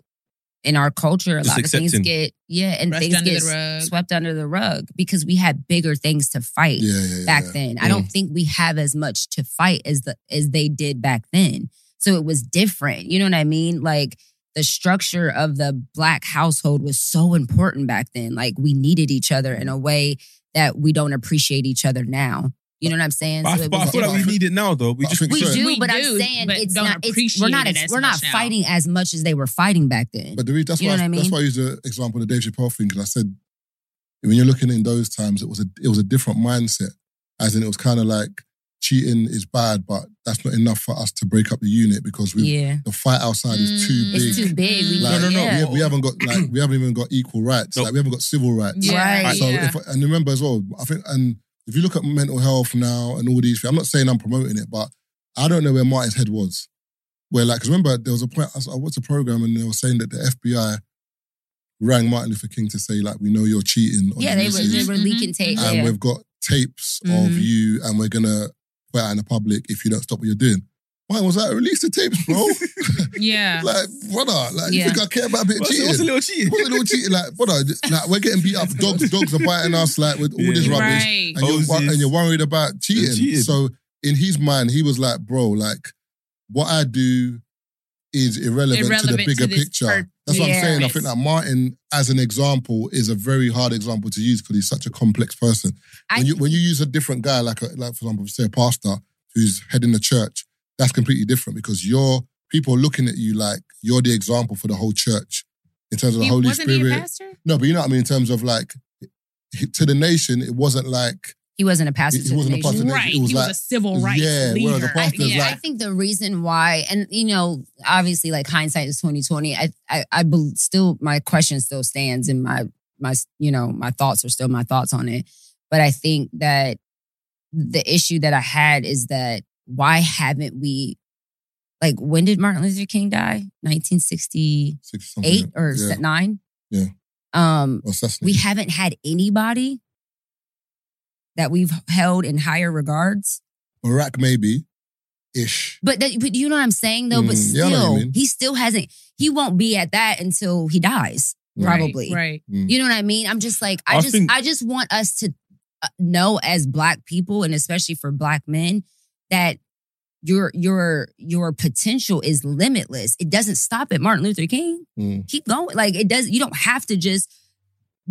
S7: in our culture, a
S6: Just
S7: lot of things
S6: accepting.
S7: get yeah, and
S5: Brushed
S7: things
S5: under
S7: get
S5: the rug.
S7: swept under the rug because we had bigger things to fight
S4: Yeah, yeah, yeah.
S7: back
S4: yeah.
S7: then. I don't think we have as much to fight as the as they did back then. So it was different. You know what I mean? Like the structure of the black household was so important back then. Like we needed each other in a way that we don't appreciate each other now. You know what I'm saying?
S6: But, I-
S7: So it
S6: but I
S7: was
S6: feel like we
S7: different.
S6: need it now, though. We
S4: But I
S6: just
S4: think
S7: we
S4: so.
S7: do,
S5: We
S7: but I'm
S5: do,
S7: saying
S5: but
S7: it's
S5: don't
S7: not. It's, we're
S5: appreciate
S7: not.
S5: it as
S7: we're not
S5: much now.
S7: fighting as much as they were fighting back then.
S4: But the re- that's
S7: You
S4: why
S7: know what I
S4: that's
S7: mean?
S4: why I used the example of the Dave Chappelle thing because I said when you're looking in those times, it was a it was a different mindset. As in, it was kind of like cheating is bad, but that's not enough for us to break up the unit because we
S7: yeah,
S4: the fight outside is too
S5: Mm.
S4: big.
S7: it's too big. We,
S4: Like,
S6: No, no, no.
S7: yeah.
S4: we, we haven't got like we haven't even got equal rights.
S6: Nope.
S4: Like we haven't got civil rights.
S5: Yeah.
S7: Right.
S4: So
S5: yeah.
S4: if, and remember as well, I think and if you look at mental health now and all these things, I'm not saying I'm promoting it, but I don't know where Martin's head was. Where like, 'cause remember there was a point I was- I watched a program and they were saying that the FBI rang Martin Luther King to say like, we know you're cheating. On
S7: yeah,
S4: the
S7: they were, they
S4: missus,
S7: were
S5: Mhm.
S7: leaking tape.
S4: and
S7: yeah.
S4: we've got tapes of
S7: Mhm.
S4: you, and we're gonna put out in the public if you don't stop what you're doing. Martin was like, release the tapes,
S7: *laughs*
S4: bro.
S5: yeah.
S4: like, brother, like
S7: Yeah.
S4: you think I care about a bit of
S6: what's,
S4: cheating?
S6: what's a little cheating?
S4: What's a
S6: *laughs*
S4: little cheating? Like, brother, like we're getting beat up. Dogs, dogs are biting us. Like with all this
S6: Yeah.
S4: rubbish,
S5: Right.
S4: and, you're, wor-
S6: Hoses.
S4: and you're worried about cheating.
S6: Cheating.
S4: So in his mind, he was like, bro, like what I do is irrelevant, to the
S5: Irrelevant
S4: bigger
S5: to this
S4: picture.
S5: pur-
S4: That's what I'm saying. I
S5: Yes.
S4: think that Martin, as an example, is a very hard example to use because he's such a complex person.
S7: I-
S4: when you when you use a different guy, like a, like for example, say a pastor who's heading the church, that's completely different because you're people are looking at you like you're the example for the whole church in terms of the
S5: He-
S4: Holy
S5: wasn't he a
S4: Spirit.
S5: pastor?
S4: No, but you know what I mean. In terms of like he- to the nation, it wasn't like
S7: He wasn't a pastor.
S4: He-
S7: to
S4: he
S7: the
S4: wasn't a
S7: nation.
S4: pastor to the
S5: Right.
S4: It was
S5: he was
S4: like-
S5: a civil rights
S4: Yeah,
S5: leader.
S4: whereas the
S5: I-
S4: pastor's
S5: yeah,
S7: yeah,
S4: like-
S7: I think the reason why, and you know, obviously, like hindsight is twenty twenty. I, I, I bel still, my question still stands, and my, my, you know, my thoughts are still my thoughts on it. But I think that the issue that I had is that why haven't we, like, when did Martin Luther King die? Nineteen sixty
S4: six something.
S7: eight or
S4: yeah.
S7: se- nine?
S4: Yeah.
S7: Um,
S4: or assassination.
S7: we haven't had anybody that we've held in higher regards.
S4: Barack maybe ish.
S7: But that, but you know what I'm saying though. but
S4: Mm, yeah, I
S7: still,
S4: know what you mean.
S7: he still hasn't. He won't be at that until he dies.
S4: Yeah.
S7: Probably.
S5: Right.
S4: mm.
S7: You know what I mean? I'm just like I,
S6: I
S7: just
S6: think-
S7: I just want us to uh, know as Black people and especially for Black men that your your your potential is limitless. It doesn't stop at Martin Luther King.
S4: Mm.
S7: Keep going. Like it does. You don't have to just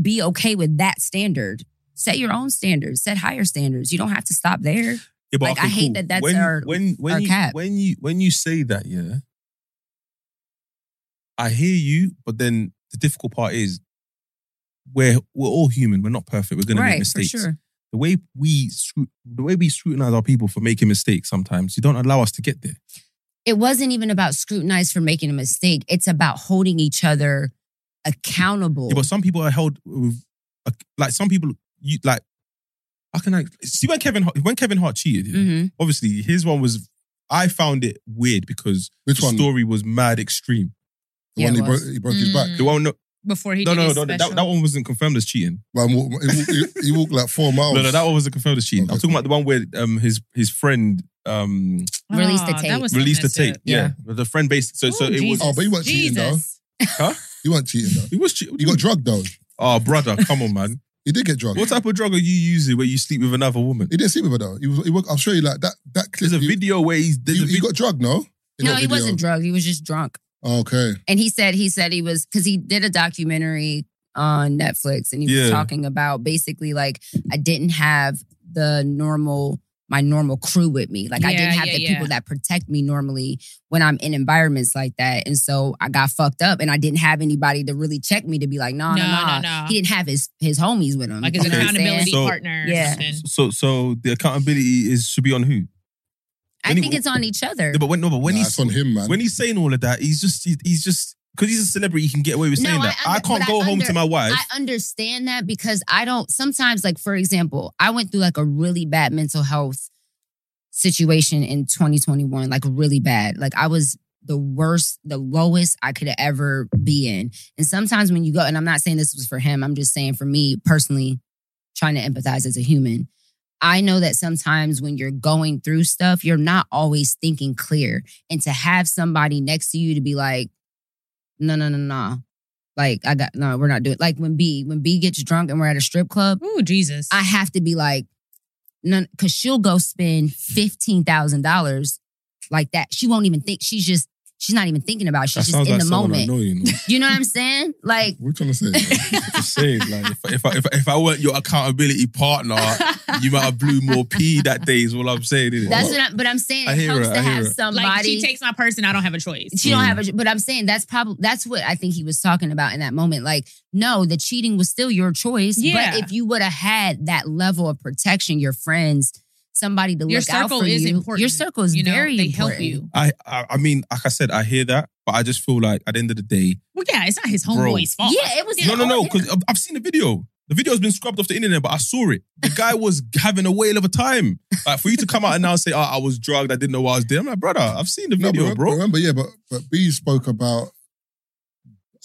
S7: be okay with that standard. Set your own standards. Set higher standards. You don't have to stop there.
S6: Yeah, but
S7: Like,
S6: okay,
S7: I hate
S6: cool.
S7: that that's
S6: when,
S7: our-
S6: when, when
S7: our
S6: you,
S7: cap.
S6: When you when you say that, yeah, I hear you. But then the difficult part is we're we're all human. We're not perfect. We're gonna make
S7: right. For
S6: mistakes.
S7: sure.
S6: The way we scru- the way we scrutinize our people for making mistakes sometimes you don't allow us to get there.
S7: it wasn't even about scrutinize for making a mistake. It's about holding each other accountable.
S6: Yeah, but some people are held with, like some people you like. How can I see when Kevin Hart, when Kevin Hart cheated? yeah,
S7: Mhm.
S5: Mm-hmm.
S6: Obviously, his one was. I found it weird because
S4: Which
S6: the
S4: one?
S6: story was mad extreme.
S4: The
S7: Yeah,
S4: one
S7: it
S4: he broke,
S7: was.
S4: he broke his back.
S5: Mm.
S6: The one, no,
S5: Before he
S6: no,
S5: did
S6: no,
S5: his
S6: no, that,
S5: special.
S6: that one wasn't confirmed as cheating.
S4: Man, he, walked, he, walked, he, he walked like four miles.
S6: *laughs* No, no, that one wasn't confirmed as cheating. I'm
S4: Oh. Okay.
S6: talking about the one where um his his friend um
S7: Release the
S5: Ah,
S7: tape.
S5: that was
S6: released the
S5: messed
S6: tape.
S5: up.
S6: Yeah. the friend based. So so
S5: Ooh,
S6: it
S5: Jesus.
S6: was.
S4: Oh, but he wasn't cheating, though.
S5: Jesus.
S4: He wasn't cheating though.
S6: He was. Che-
S4: He got drugged though.
S6: oh, brother, come on, man.
S4: He did get drugged.
S6: What type of drug are you using where you sleep with another woman?
S4: He didn't sleep with her though. He was. He was I'm sure he like that. That clip.
S6: There's a
S4: he-
S6: video where he's. There's
S4: He,
S6: a
S4: he
S6: video.
S4: got drugged. No. In
S7: no,
S4: that
S7: he
S4: video. Oh,
S7: wasn't drunk. He was just drunk.
S4: Okay.
S7: And he said he said he was because he did a documentary on Netflix and he
S6: Yeah.
S7: was talking about basically like I didn't have the normal my normal crew with me. Like I
S5: Yeah,
S7: didn't have
S5: yeah,
S7: the
S5: yeah.
S7: people that protect me normally when I'm in environments like that. And so I got fucked up and I didn't have anybody to really check me to be like, no,
S5: No,
S7: no,
S5: no,
S7: no.
S5: no.
S7: He didn't have his his homies with him.
S5: Like his
S7: You know what I'm
S5: accountability
S7: saying?
S6: So-
S5: partner.
S7: Yeah.
S5: Or something.
S6: So so the accountability is should be on who?
S7: I
S6: When he-
S7: think it's on each other.
S6: Yeah, but when no, but when
S4: Nah,
S6: he's
S4: it's on him, man.
S6: when he's saying all of that, he's just he- he's just because he's a celebrity, he can get away with
S7: No,
S6: saying
S7: I
S6: that. I,
S7: under-
S6: can't
S7: but
S6: go
S7: I
S6: home to
S7: under-
S6: my wife.
S7: I understand that because I don't sometimes like for example, I went through like a really bad mental health situation in 2021, like really bad. Like I was the worst, the lowest I could ever be in. And sometimes when you go and I'm not saying this was for him, I'm just saying for me personally trying to empathize as a human. I know that sometimes when you're going through stuff, you're not always thinking clear. And to have somebody next to you to be like, no, no, no, no. Like, I got, no, we're not doing Like when B, when B gets drunk and we're at a strip club,
S5: Ooh, Jesus.
S7: I have to be like, no, because she'll go spend $15,000 like that. She won't even think. She's just, she's not even thinking about it.
S6: That
S7: She's
S6: sounds
S7: just in
S6: like
S7: the
S6: someone I
S7: moment.
S6: know, you know. *laughs*
S7: You know what I'm saying? Like,
S4: What you trying to say? man?
S6: Just saying, like if, if I if, if I weren't your accountability
S7: *laughs*
S6: partner, you might have blew more pee that day. Is what I'm saying. Isn't
S7: that's what I'm, but I'm saying
S6: I
S7: it
S6: hear
S7: helps
S6: it, I
S7: to
S6: hear
S7: have
S6: it. Like,
S7: somebody.
S5: like she takes my purse and I don't have a choice.
S7: She don't
S6: Mm.
S7: have a, but I'm saying that's probably that's what I think he was talking about in that moment. Like, no, the cheating was still your choice.
S5: Yeah.
S7: But if you would have had that level of protection, your friends, somebody to
S5: Your
S7: look out
S5: circle
S7: for
S5: is
S7: you,
S5: important,
S7: your circle is
S5: you know,
S7: very
S5: they
S7: important.
S5: help you.
S6: I, I I mean, like I said, I hear that, but I just feel like at the end of the day,
S5: Well, yeah, it's not his
S6: Bro.
S5: homeboy's fault.
S7: Yeah, it was
S6: no, no, no,
S7: oh, yeah.
S6: because I've seen the video. The video's been scrubbed off the internet, but I saw it. The guy was having a whale of a time. Like for you to come out and now say, "Oh, I was drugged. I didn't know why I was there." I'm like, brother, I've seen the
S4: No,
S6: video,
S4: but
S6: bro.
S4: Remember, yeah, but but B spoke about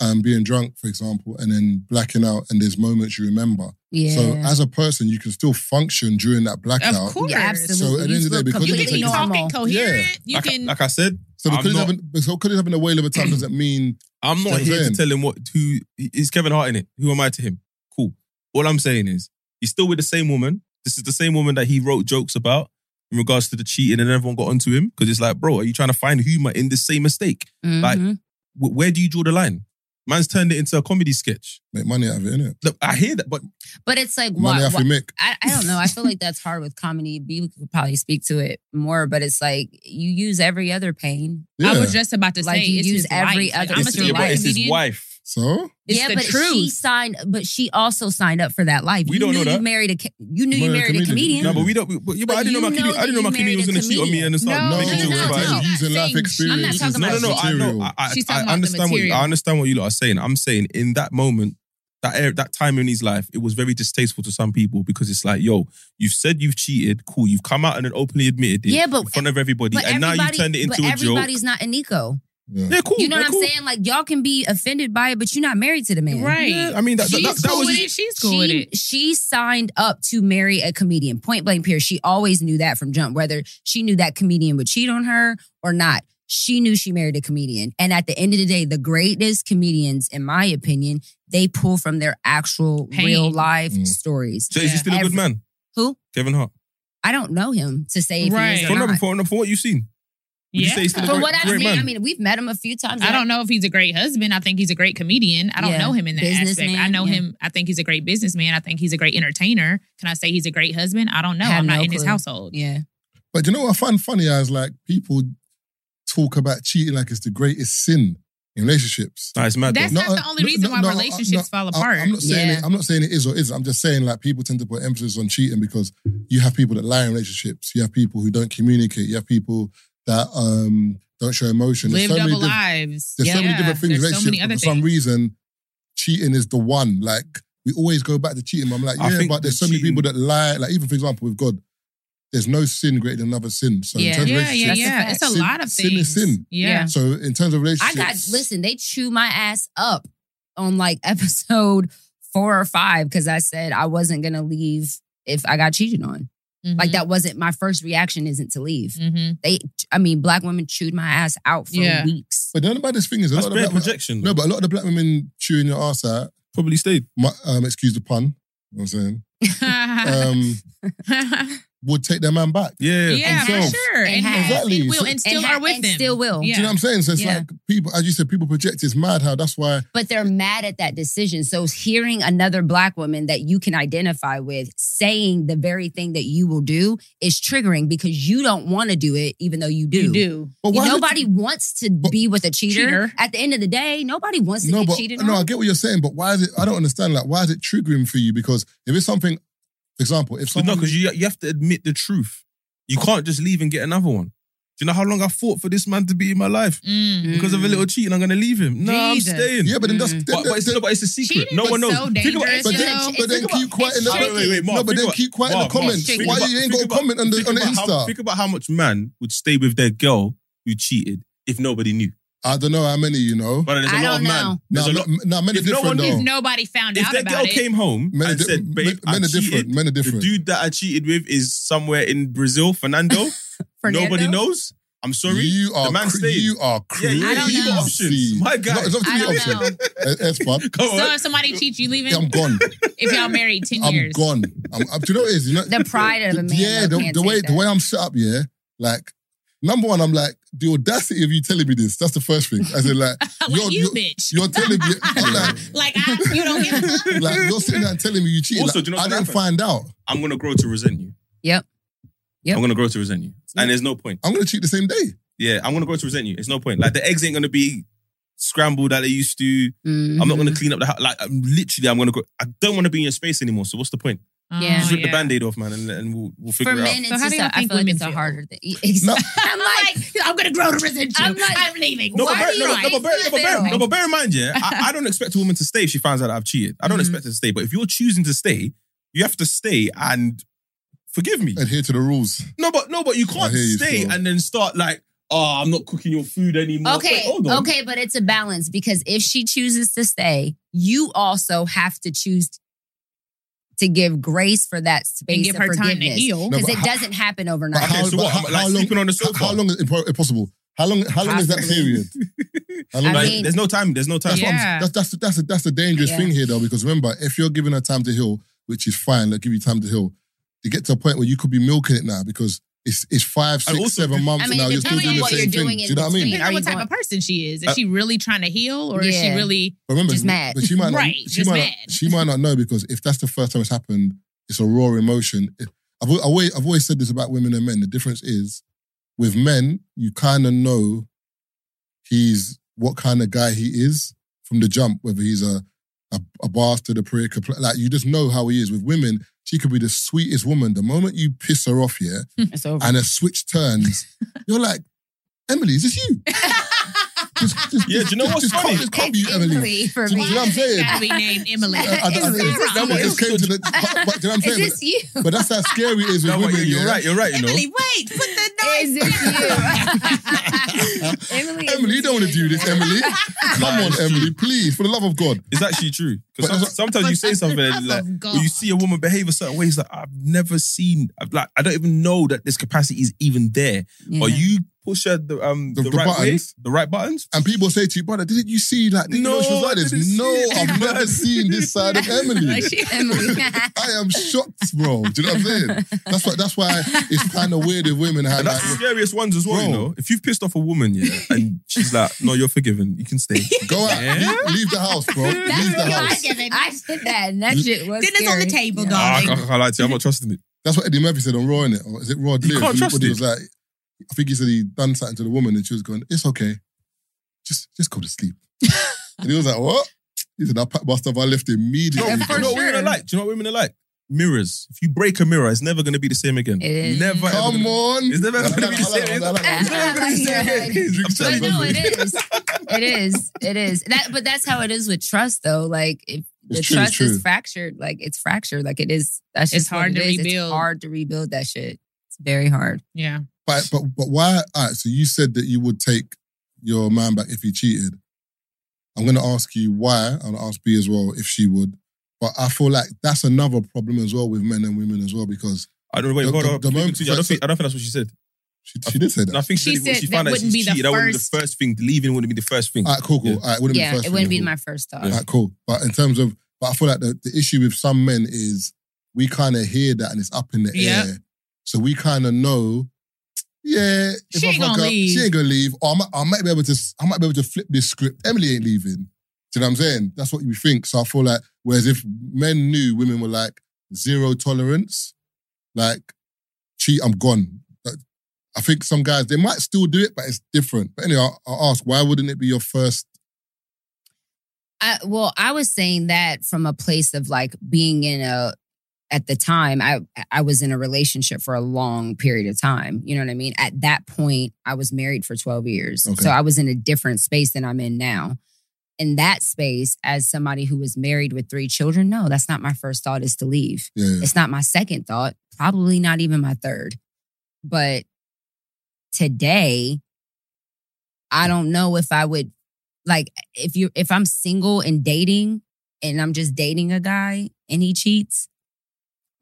S4: um being drunk, for example, and then blacking out, and there's moments you remember.
S7: yeah.
S4: So as a person, you can still function during that blackout.
S5: Of course.
S7: yeah, absolutely.
S4: So at the end of the day,
S7: look
S4: because
S5: You
S4: Couldn't
S5: can be
S7: completely
S4: take-
S5: talking
S7: normal.
S5: coherent. You
S6: Like, I-
S5: can.
S6: like I said,
S4: So
S6: I'm
S4: because
S6: not-
S4: it's having, so because it's having a whale of a time doesn't mean
S6: I'm not
S4: That's what
S6: here
S4: I'm
S6: to
S4: saying.
S6: tell him what who is Kevin Hart in it. Who am I to him? Cool. All I'm saying is he's still with the same woman. This is the same woman that he wrote jokes about. in regards to the cheating, and everyone got onto him because it's like, bro, are you trying to find humor in the same mistake? Like-
S7: Mhm.
S6: Wh- where do you draw the line? Man's turned it into a comedy sketch.
S4: Make money out of it, innit?
S6: Look, I hear that, but
S7: but it's like
S4: Money
S7: what,
S4: off your mick.
S7: I, I don't know. I feel like that's hard with comedy. B could probably speak to it more, but it's like you use every other pain.
S4: Yeah.
S5: I was just about to
S7: Like,
S5: say,
S7: you
S5: it's
S7: use
S5: his
S7: every
S5: wife. Like,
S7: other-
S5: I'm a
S6: it's, yeah,
S5: serial
S7: serial
S6: but it's his
S5: comedian.
S6: wife.
S4: so
S5: It's
S7: yeah,
S5: the
S7: but she
S5: truth.
S7: signed, but she also signed up for that life.
S6: We
S7: you
S6: don't
S7: knew
S6: know that.
S7: You married a, ca- you knew you
S4: Married a
S7: married a
S4: comedian.
S7: comedian.
S6: No, but we don't. we- But, yeah, but,
S7: But
S6: I didn't know
S7: you
S6: my
S7: know
S6: comedian. I
S7: that
S6: didn't know my
S7: you
S6: comedian was
S7: married
S6: going
S7: a
S6: to cheat on me
S7: comedian.
S6: and start
S7: No,
S6: making
S7: no,
S6: jokes
S7: no,
S6: about
S7: no.
S6: it.
S4: using
S5: I'm
S4: life
S5: saying-
S4: experience.
S5: I'm not talking
S4: as
S6: No, no,
S5: about
S6: no. I
S4: material.
S6: know. I, I,
S5: She's talking
S6: I
S5: about the
S6: understand what you,
S5: material.
S6: I understand what you lot are saying. I'm saying in that moment, that era, that time in his life, it was very distasteful to some people because it's like, yo, you've said you've cheated, cool. You've come out and then openly admitted it
S7: Yeah, but-
S6: in front of everybody,
S7: But
S6: and now you've
S7: everybody-
S6: turned it into
S7: but
S6: a joke.
S7: everybody's not an eco.
S4: Yeah.
S6: Yeah, cool.
S7: You know
S6: yeah,
S7: what I'm
S6: cool.
S7: saying? Like y'all can be offended by it, but you're not married to the man.
S5: Right.
S6: Yeah, I mean, that, that,
S5: She's
S6: that, that
S5: cool
S6: was
S5: with
S6: his-
S5: it. She's cool with
S7: She
S5: it.
S7: she signed up to marry a comedian. Point blank period. She always knew that from jump, whether she knew that comedian would cheat on her or not. She knew she married a comedian. And at the end of the day, the greatest comedians, in my opinion, they pull from their actual
S5: Pain.
S7: real life
S4: Mm.
S7: stories.
S6: So is he
S5: Yeah.
S6: still a good
S7: Every-
S6: man,
S7: Who?
S6: Kevin Hart?
S7: I don't know him to say if
S5: Right.
S7: he is
S6: From,
S7: or
S6: number,
S7: not.
S6: from, from what you've seen, would you
S5: Yeah.
S6: say he's still a
S7: From
S6: great,
S7: what I've
S6: great
S7: seen,
S6: man?
S7: I mean, we've met him a few times.
S5: I don't know if he's a great husband. I think he's a great comedian. I don't
S7: Yeah.
S5: know him in that aspect.
S7: Businessman,
S5: I know
S7: yeah.
S5: him. I think he's a great businessman. I think he's a great entertainer. Can I say he's a great husband? I don't know.
S7: Have
S5: I'm not
S7: no
S5: in his
S7: clue.
S5: household.
S7: Yeah.
S4: But you know what I find funny is like people talk about cheating like it's the greatest sin in relationships.
S6: Nah, it's mad. though.
S5: That's
S4: No,
S5: not
S4: uh,
S5: the only
S4: no,
S5: reason
S4: no,
S5: why
S4: no, uh, no,
S5: relationships fall
S4: I-
S5: apart.
S4: I'm not saying
S7: Yeah.
S4: it, I'm not saying it is or isn't. I'm just saying like people tend to put emphasis on cheating because you have people that lie in relationships. You have people who don't communicate. You have people that um, don't show emotion.
S5: Live double
S4: diff-
S5: lives.
S4: There's so many different things in
S5: There's so
S4: relationships.
S5: many
S4: but
S5: other
S4: for some
S5: things.
S4: reason, cheating is the one. Like we always go back to cheating. I'm like,
S6: I
S4: yeah,
S6: think
S4: but there's so
S6: the
S4: many people
S6: cheating-
S4: that lie. Like even for example, with God, there's no sin greater than another sin. So in
S7: Yeah.
S4: terms of
S5: Yeah, yeah,
S4: relationships,
S5: yeah. It's a
S4: sin-
S5: lot of
S4: sin is
S5: things.
S4: sin.
S5: Yeah.
S4: so in terms of
S7: I
S4: relationships,
S7: got listen, they chew my ass up on like *laughs* episode four or five because I said I wasn't gonna leave if I got cheated on. Like that wasn't my first reaction isn't to leave.
S5: Mm-hmm.
S7: They I mean, black women chewed my ass out for
S5: Yeah.
S7: weeks.
S4: But the thing about this thing is a
S6: That's
S4: lot
S6: bare
S4: of black,
S6: projection.
S4: no, but a lot of the black women chewing your ass out.
S6: probably stayed.
S4: My, um, excuse the pun. You know what I'm
S5: *laughs*
S4: saying
S5: Mm-hmm.
S4: um, would take their man back.
S6: Yeah.
S5: yeah, for
S4: Himself.
S5: sure.
S7: And
S5: And,
S7: have.
S5: has,
S4: Exactly.
S5: and will,
S4: So-
S5: and still
S7: And ha-
S5: are with
S7: and
S5: them.
S7: still will.
S4: Do
S5: Yeah.
S4: you know what I'm saying? So it's
S7: Yeah.
S4: like people, as you said, people project. It's mad how that's why
S7: But they're mad at that decision. So hearing another black woman that you can identify with saying the very thing that you will do is triggering because you don't want to do it, even though you do.
S5: You do.
S4: But why
S7: nobody wants to be with a cheater.
S5: Cheater.
S7: At the end of the day, nobody wants to
S4: no,
S7: get
S4: but
S7: cheated
S4: no, I
S7: on.
S4: get what you're saying, but why is it? I don't understand. Like, why is it triggering for you? Because if it's something, for example, if
S6: But
S4: someone,
S6: no, because you, you have to admit the truth. You can't just leave and get another one. Do you know how long I fought for this man to be in my life?
S5: Mm.
S6: Because of a little cheating, I'm going to leave him. No,
S5: Jesus.
S6: I'm staying.
S4: yeah, but then that's then,
S6: But, but, it's, no, but it's a secret.
S5: Cheating
S6: no one
S5: is
S6: knows.
S5: so
S6: Think about-
S5: dangerous,
S4: but
S5: you
S4: then,
S5: know?
S4: but then
S7: It's
S4: keep quiet in the
S7: tricky.
S6: Wait, wait, wait, Mark,
S4: no, but
S6: think
S4: then
S6: about-
S4: keep quiet in the
S6: Mark, Mark,
S4: comments.
S6: think
S4: Why
S6: about-
S4: you ain't
S6: think
S4: got a
S6: about-
S4: comment on the
S6: think
S4: on the
S6: about how-
S4: Insta?
S6: Think about how much man would stay with their girl who cheated if nobody knew.
S4: I don't know how many you know.
S6: But there's a lot
S7: I don't
S6: of man.
S7: know.
S6: There's
S4: Nah,
S6: a lot.
S4: m- nah, many
S6: if no
S4: different
S6: one-
S4: though.
S5: If nobody found
S6: If
S5: out
S6: their
S5: about
S6: girl
S5: it,
S6: came home
S4: Men are
S6: and
S4: di-
S6: said,
S4: men-
S6: "Babe, I
S4: men are
S6: cheated,
S4: different. Men are
S6: The
S4: different.
S6: dude that I cheated with is somewhere in Brazil, Fernando.
S4: *laughs*
S7: Fernando?
S6: Nobody knows. I'm sorry.
S4: You are
S6: the man
S4: cra-
S6: stayed.
S4: you are
S6: Yeah,
S4: crazy.
S6: you,
S7: I don't
S6: you
S7: know.
S6: got options. My guy.
S4: No, it's
S7: I
S4: obviously
S7: don't
S4: options. *laughs*
S7: know.
S4: S pub.
S6: *laughs* Come
S5: So
S6: on.
S5: if somebody cheats you leaving,
S4: Yeah, I'm gone.
S5: if y'all married 10
S4: I'm
S5: years. *laughs*
S4: gone. I'm, I'm, do you know what it is? You know,
S7: The pride of a man,
S4: Yeah,
S7: though,
S4: the,
S7: can't
S4: the way
S7: take
S4: the
S7: that.
S4: way I'm set up, yeah. Like number one, I'm like the audacity of you telling me this. That's the first thing. I said,
S7: *laughs*
S4: like
S5: Like
S4: you're,
S5: you,
S4: you're,
S5: bitch.
S4: you're telling me, I'm like,
S5: like, I, you don't give *laughs* a
S4: *laughs* like you're sitting there and telling me you cheated.
S6: Also,
S4: Like,
S6: do you know
S4: I
S6: what
S4: didn't
S6: happened?
S4: find out.
S6: I'm gonna grow to resent you.
S7: Yep. Yep.
S6: I'm gonna grow to resent you, and there's no point.
S4: I'm gonna cheat the same day.
S6: Yeah, I'm gonna grow to resent you. It's no point. Like the eggs ain't gonna be scrambled that they used to.
S7: Mm-hmm.
S6: I'm not gonna clean up the house. Like I'm literally, I'm gonna go. I don't want to be in your space anymore. So what's the point?
S7: Yeah.
S6: Just
S5: Oh,
S6: rip the band-aid off, man, and, and we'll, we'll figure
S7: For
S6: it
S7: men,
S6: out.
S7: it's
S5: So how
S7: just
S5: do y'all
S7: a, I
S5: think
S7: feel like
S5: women
S7: it's a
S5: feel?
S7: harder thing. *laughs*
S4: No.
S7: I'm like,
S5: I'm gonna grow to resent you.
S7: I'm
S5: I'm,
S7: like-
S5: leaving.
S6: No, but
S7: Why
S6: bear,
S7: do
S6: no,
S7: you
S6: no, but bear, no, but bear,
S7: feel?
S6: no, but bear in mind, yeah, I, I don't expect a woman to stay if she finds out that I've cheated. I don't
S7: Mm-hmm.
S5: Mhm.
S6: expect her to stay. But if you're choosing to stay, you have to stay and forgive me.
S4: Adhere to the rules.
S6: No, but no, but you can't
S4: hear you
S6: stay
S4: still.
S6: and then start like, oh, I'm not cooking your food anymore. Wait,
S7: okay,
S6: hold on.
S7: okay, but it's a balance because if she chooses to stay, you also have to choose to give grace for that space
S5: and give
S7: of
S5: her time to
S7: forgiveness.
S5: heal.
S4: No,
S7: Because
S4: but
S7: it
S4: how-
S7: doesn't happen
S4: But
S7: overnight.
S6: Okay, so what? How- like sleeping on the sofa?
S4: How long is impo- impossible? How long? How long is that
S7: Possibly.
S4: period?
S7: *laughs*
S4: How long
S7: I
S6: Like,
S4: is that-
S7: mean-
S6: there's no time. There's no time.
S4: That's, what
S5: Yeah.
S4: I'm, that's that's that's a, that's a dangerous
S7: Yeah.
S4: thing here though because remember if you're giving her time to heal, which is fine, like give you time to heal, you get to a point where you could be milking it now because It's it's five,
S6: And
S4: six,
S6: also,
S4: seven
S6: do-
S4: months
S7: I mean,
S4: now.
S7: it
S4: You're still doing
S7: depends on
S4: the
S7: what you're
S4: same thing.
S7: doing
S4: Do
S7: in
S4: you know what I mean?
S7: between.
S5: Depends on
S7: Are
S5: what
S7: you
S5: type
S7: going-
S5: of person she is. Is
S6: Uh,
S5: she really trying to heal or is she
S7: Yeah.
S5: really
S4: But remember,
S7: Just mad.
S4: But she might not,
S5: Right,
S4: She
S5: just
S4: might
S5: mad.
S4: Not, she might not know because if that's the first time it's happened, it's a raw emotion. It- I've al- I've always, I've always said this about women and men. The difference is, with men, you kind of know he's what kind of guy he is from the jump. Whether he's a a, a bastard, a prick, a, pl- like you just know how he is. With women, she could be the sweetest woman. The moment you piss her off, yeah,
S7: It's over.
S4: and a switch
S5: *laughs*
S4: turns, you're like, Emily, is this you? Just- just-
S6: Yeah, do you know
S4: just-
S6: what's
S4: just can't-
S6: funny?
S4: just can't be you, Emily.
S7: for
S4: Do you
S7: me.
S4: know what I'm saying?
S5: gotta be named Emily?
S4: I- I- I-
S7: It's
S4: that
S7: Sarah.
S4: one just came to the. But, but, do you know what I'm
S7: Is
S4: saying?
S7: this you? *laughs*
S4: But, but that's how scary it is with
S6: No,
S4: women.
S6: but you're, you're
S4: yeah?
S6: right. You're right. You know.
S5: Emily, wait, put the
S7: Is
S5: knife.
S7: it you? Emily, is
S4: Emily, you don't want to do this,
S7: *laughs*
S4: Emily. Come
S6: Nah,
S4: on,
S6: it's
S4: Emily, please, for the love of God.
S6: It's actually true.
S4: But
S6: Because
S4: that's-
S6: sometimes you say
S5: But
S6: something
S5: that's
S6: and
S5: the
S6: like,
S5: love of
S6: or you
S5: God.
S6: see a woman behave a certain way. It's like I've never seen. I've, like I don't even know that this capacity is even there.
S7: Yeah.
S6: Or you push her the um
S4: The-
S6: the,
S4: the
S6: right
S4: buttons.
S6: buttons, the right buttons.
S4: And people say to you, brother, didn't you see like, didn't you know
S6: No,
S4: she was
S6: I
S4: like this?
S6: didn't see
S4: No,
S6: it,
S4: I've
S6: man.
S4: never seen this side
S7: *laughs*
S4: of Emily. *laughs*
S7: Emily.
S4: I am shocked, bro. Do you know what I'm saying? That's why. That's why it's kind of weird with women. How
S6: And
S4: like,
S6: that's *laughs* the scariest ones as well, you
S4: Bro.
S6: know. If you've pissed off a woman, yeah, and she's like, "No, you're forgiven. You can stay."
S4: go out,
S6: Yeah.
S4: leave, leave the house, bro. Leave the house.
S7: I did that. And that shit was
S5: Dinner's on
S7: scary.
S5: the table,
S7: Yeah.
S6: Nah, "Ah,
S7: *laughs*
S6: I,
S5: darling.
S6: can't- I can't lie to you. I'm not trusting it.
S4: That's what Eddie Murphy said on Raw, innit? Or is it Raw
S6: You
S4: Live?
S6: can't trust
S4: When he
S6: it.
S4: was like, I think he said he done something to the woman and she was going, It's okay. Just just go to
S6: *laughs*
S4: sleep. and he was like, What? He said, I packed my stuff, I left immediately.
S7: Yeah,
S6: Do you
S7: for
S6: know what
S7: sure.
S6: women are like? Do you know what women are like? Mirrors. If you break a mirror, it's never going to be the same again.
S7: It is.
S6: Never. ever
S4: Come
S6: gonna-
S4: on.
S6: It's never gonna be
S4: *laughs*
S6: the same.
S4: I like that.
S6: It's
S4: I like
S6: never gonna be the same again.
S4: that.
S7: But
S4: Drink
S7: no,
S4: some.
S7: it is. It is. It is. That, but that's how it is with trust, though. Like if
S4: It's
S7: the
S4: true, it's
S7: trust is
S4: true.
S7: fractured, like it's fractured. Like it is. That's
S5: It's
S7: just what
S5: hard
S7: it
S5: to
S7: is.
S5: rebuild.
S7: It's hard to rebuild that shit. It's very hard.
S5: *laughs* Yeah.
S4: But, but, but why? All right, so you said that you would take your man back if he cheated. I'm going to ask you why. and I'll ask B as well if she would. But I feel like that's another problem as well with men and women as well because
S6: I don't know. Wait,
S4: The-
S6: hold
S4: the-
S6: on.
S4: the
S6: Leave it
S4: moment-
S6: to you. I don't think I don't think that's what she said.
S4: she, she did say that.
S6: No, I think she,
S5: She
S6: said when
S5: said
S6: she
S5: that
S6: found out
S5: wouldn't
S6: she
S5: be the
S6: cheated, that wouldn't be
S5: first-
S6: the first thing. Leaving wouldn't be the first thing.
S4: All right, cool, cool.
S6: Yeah.
S4: All right, wouldn't
S7: yeah,
S4: be the first
S7: it wouldn't
S4: thing.
S7: be my first thought.
S4: All right, cool. But in terms of, but I feel like the, the issue with some men is we kind of hear that and it's up in the
S5: Yeah.
S4: air. So we kind of know, yeah,
S5: She ain't
S4: I fuck
S5: gonna
S4: up,
S5: leave.
S4: She ain't gonna leave. Or I might, I might be able to, s- I might be able to flip this script. Emily ain't leaving. Do you know what I'm saying? That's what we think. So I feel like, whereas if men knew women were like zero tolerance, like cheat, I'm gone. But I think some guys they might still do it, but it's different. But anyway, I, I ask, why wouldn't it be your first?
S7: I, well, I was saying that from a place of like being in a at the time I I was in a relationship for a long period of time. You know what I mean? At that point, I was married for 12 years.
S4: Okay.
S7: So I was in a different space than I'm in now. In that space, as somebody who was married with three children, no, that's not my first thought is to leave.
S4: Yeah, yeah.
S7: It's not my second thought, probably not even my third. But today, I don't know if I would like if you if I'm single and dating and I'm just dating a guy and he cheats,